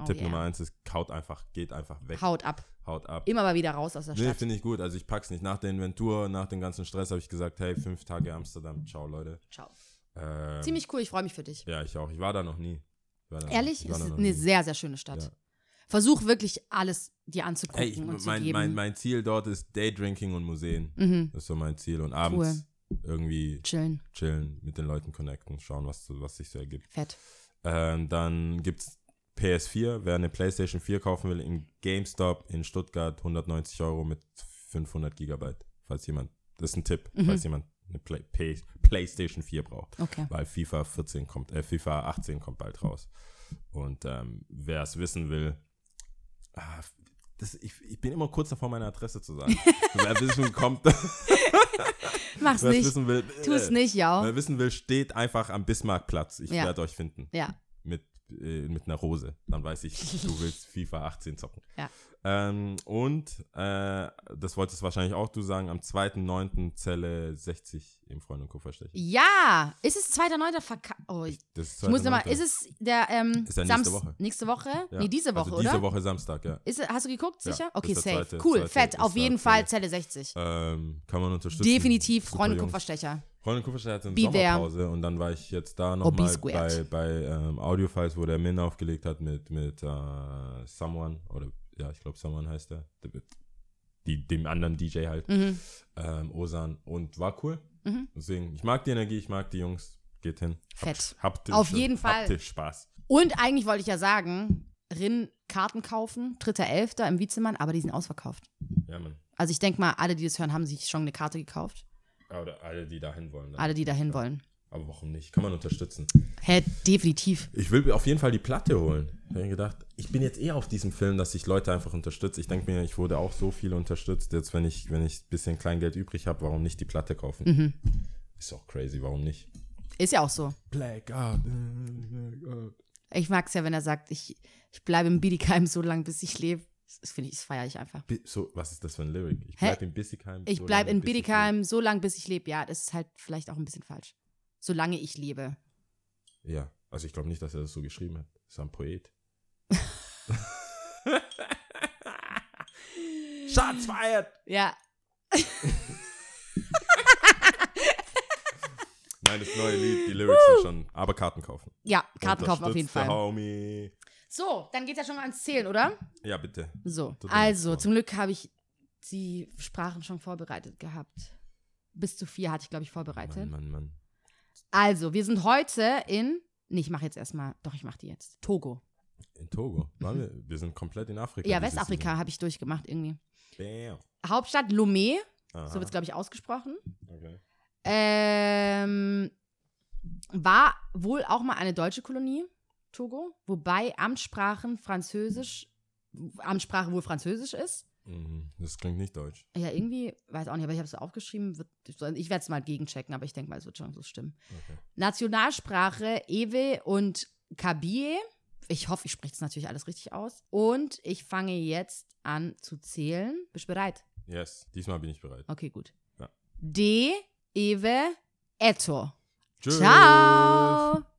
Oh, Tipp yeah. Nummer eins ist, kaut einfach, geht einfach weg. Haut ab. Haut ab. Immer mal wieder raus aus der Nee, Stadt. finde ich gut. Also ich pack's nicht. Nach der Inventur, nach dem ganzen Stress habe ich gesagt, hey, fünf Tage Amsterdam, ciao Leute. Ciao. Ähm, Ziemlich cool. Ich freue mich für dich. Ja, ich auch. Ich war da noch nie. Ich war da Ehrlich? ich war Es da ist noch eine nie. sehr, sehr schöne Stadt. Ja. Versuch wirklich alles dir anzugucken Hey, ich, und zu mein, geben. mein, mein Ziel dort ist Daydrinking und Museen. Mhm. Das ist so mein Ziel. Und abends irgendwie Chillen. chillen, mit den Leuten connecten, schauen, was, so- was sich so ergibt. Fett. Ähm, dann gibt's PS4. Wer eine PlayStation 4 kaufen will, im GameStop in Stuttgart 190 Euro mit 500 Gigabyte. Falls jemand, das ist ein Tipp, Mhm. falls jemand eine Play, P- PlayStation 4 braucht. Okay. Weil FIFA 14 kommt, äh, FIFA 18 kommt bald raus. Und ähm, wer es wissen will, ah, das, ich, ich bin immer kurz davor, meine Adresse zu [laughs] sagen. wer wissen kommt, wer Mach's es nicht. wissen will, Tu es äh, nicht, ja. wer wissen will, steht einfach am Bismarckplatz. Ich Ja. werde euch finden Ja. mit, äh, mit einer Rose. Dann weiß ich, [laughs] du willst FIFA 18 zocken. Ja. Ähm, und, äh, das wolltest wahrscheinlich auch du sagen, am 2.9. Zelle 60 im Freund- und Kupferstechen. Ja. Ist es 2.9. verkauft? Oh, ich Das ist Ich muss nochmal, 2.9.. ist es der ähm, Ist ja Samst- nächste Woche. Nächste Woche? Ja. Nee, diese Woche, also oder? Diese Woche Samstag, ja. Ist, es- hast du geguckt, Ja, sicher? ist okay, der safe. zweite- cool, zweite- fett. ist Auf der jeden Zelle. Fall Zelle 60. Ähm, kann man unterstützen. Definitiv Super Freunde Jungs. Kupferstecher. Freund und Kupferstecher hatte eine Be there. Sommerpause und dann war ich jetzt da Or be nochmal bei, squared. bei ähm, Audiofiles, wo der Min aufgelegt hat mit, mit äh, Someone oder ja, ich glaube Someone heißt der. Der- Die, dem anderen DJ halt. Mhm. ähm, Osan und war cool. Deswegen, ich mag die Energie, ich mag die Jungs. Geht hin. Fett. Haptisch, Auf jeden Fall. Haptisch Spaß. Und eigentlich wollte ich ja sagen, Rinn Karten kaufen, 3.11. im Wiezemann, aber die sind ausverkauft. Ja, Mann. Also ich denke mal, alle, die das hören, haben sich schon eine Karte gekauft. Oder alle, die dahin wollen. dann. Alle, die dahin wollen. Aber warum nicht? Kann man unterstützen. Hä, definitiv. Ich will auf jeden Fall die Platte holen. Ich habe gedacht, ich bin jetzt eher auf diesem Film, dass ich Leute einfach unterstütze. Ich denke mir, ich wurde auch so viel unterstützt. Jetzt, wenn ich, wenn ich ein bisschen Kleingeld übrig habe, warum nicht die Platte kaufen? Hm. Ist auch crazy, warum nicht? Mhm. Ist ja auch so. Blackout. äh, Ich mag es ja, wenn er sagt, ich, ich bleibe im Biedigheim so lange, bis ich lebe. Das finde ich, das feiere ich einfach. Bi- So, was ist das für ein Lyric? Ich Hä? bleibe in Bissigheim. Ich so bleibe lange, in bis ich Biedigheim so lange, bis ich lebe. Ja, das ist halt vielleicht auch ein bisschen falsch. Solange ich lebe. lebe. Ja, also ich glaube nicht, dass er das so geschrieben hat. Ist ein [laughs] Poet. Shots fired! Ja, Nein, das neue Lied, die Lyrics sind schon. Aber Karten kaufen. ja Karten kaufen auf jeden Unterstützt der Fall. Homie. So, dann geht's ja schon mal ans Zählen, oder? Ja, bitte. So, Du bist also dran. zum Glück habe ich die Sprachen schon vorbereitet gehabt. Bis zu vier hatte ich, glaube ich, vorbereitet. Mann, Mann, Mann. Also, wir sind heute in. Nee, ich mache jetzt erstmal. Doch, ich mache die jetzt. Togo. In [laughs] Togo. Waren wir, wir sind komplett in Afrika. Ja, dieses Westafrika habe ich durchgemacht irgendwie. Season. Hauptstadt Lomé, Bam. Aha. so wird es, glaube ich, ausgesprochen. okay. Ähm, war wohl auch mal eine deutsche Kolonie, Togo, wobei Amtssprachen Französisch, Amtssprache wohl Französisch ist. Mhm. Das klingt nicht deutsch. Ja, irgendwie, weiß auch nicht, aber ich habe es so aufgeschrieben. Wird, ich werde es mal gegenchecken, aber ich denke mal, es wird schon so stimmen. Okay. Nationalsprache Ewe und Kabie. Ich hoffe, ich spreche das natürlich alles richtig aus. Und ich fange jetzt an zu zählen. Bist du bereit? Yes, diesmal bin ich bereit. Okay, gut. Ja. D, Ewe, Etto. Tschüss. Ciao.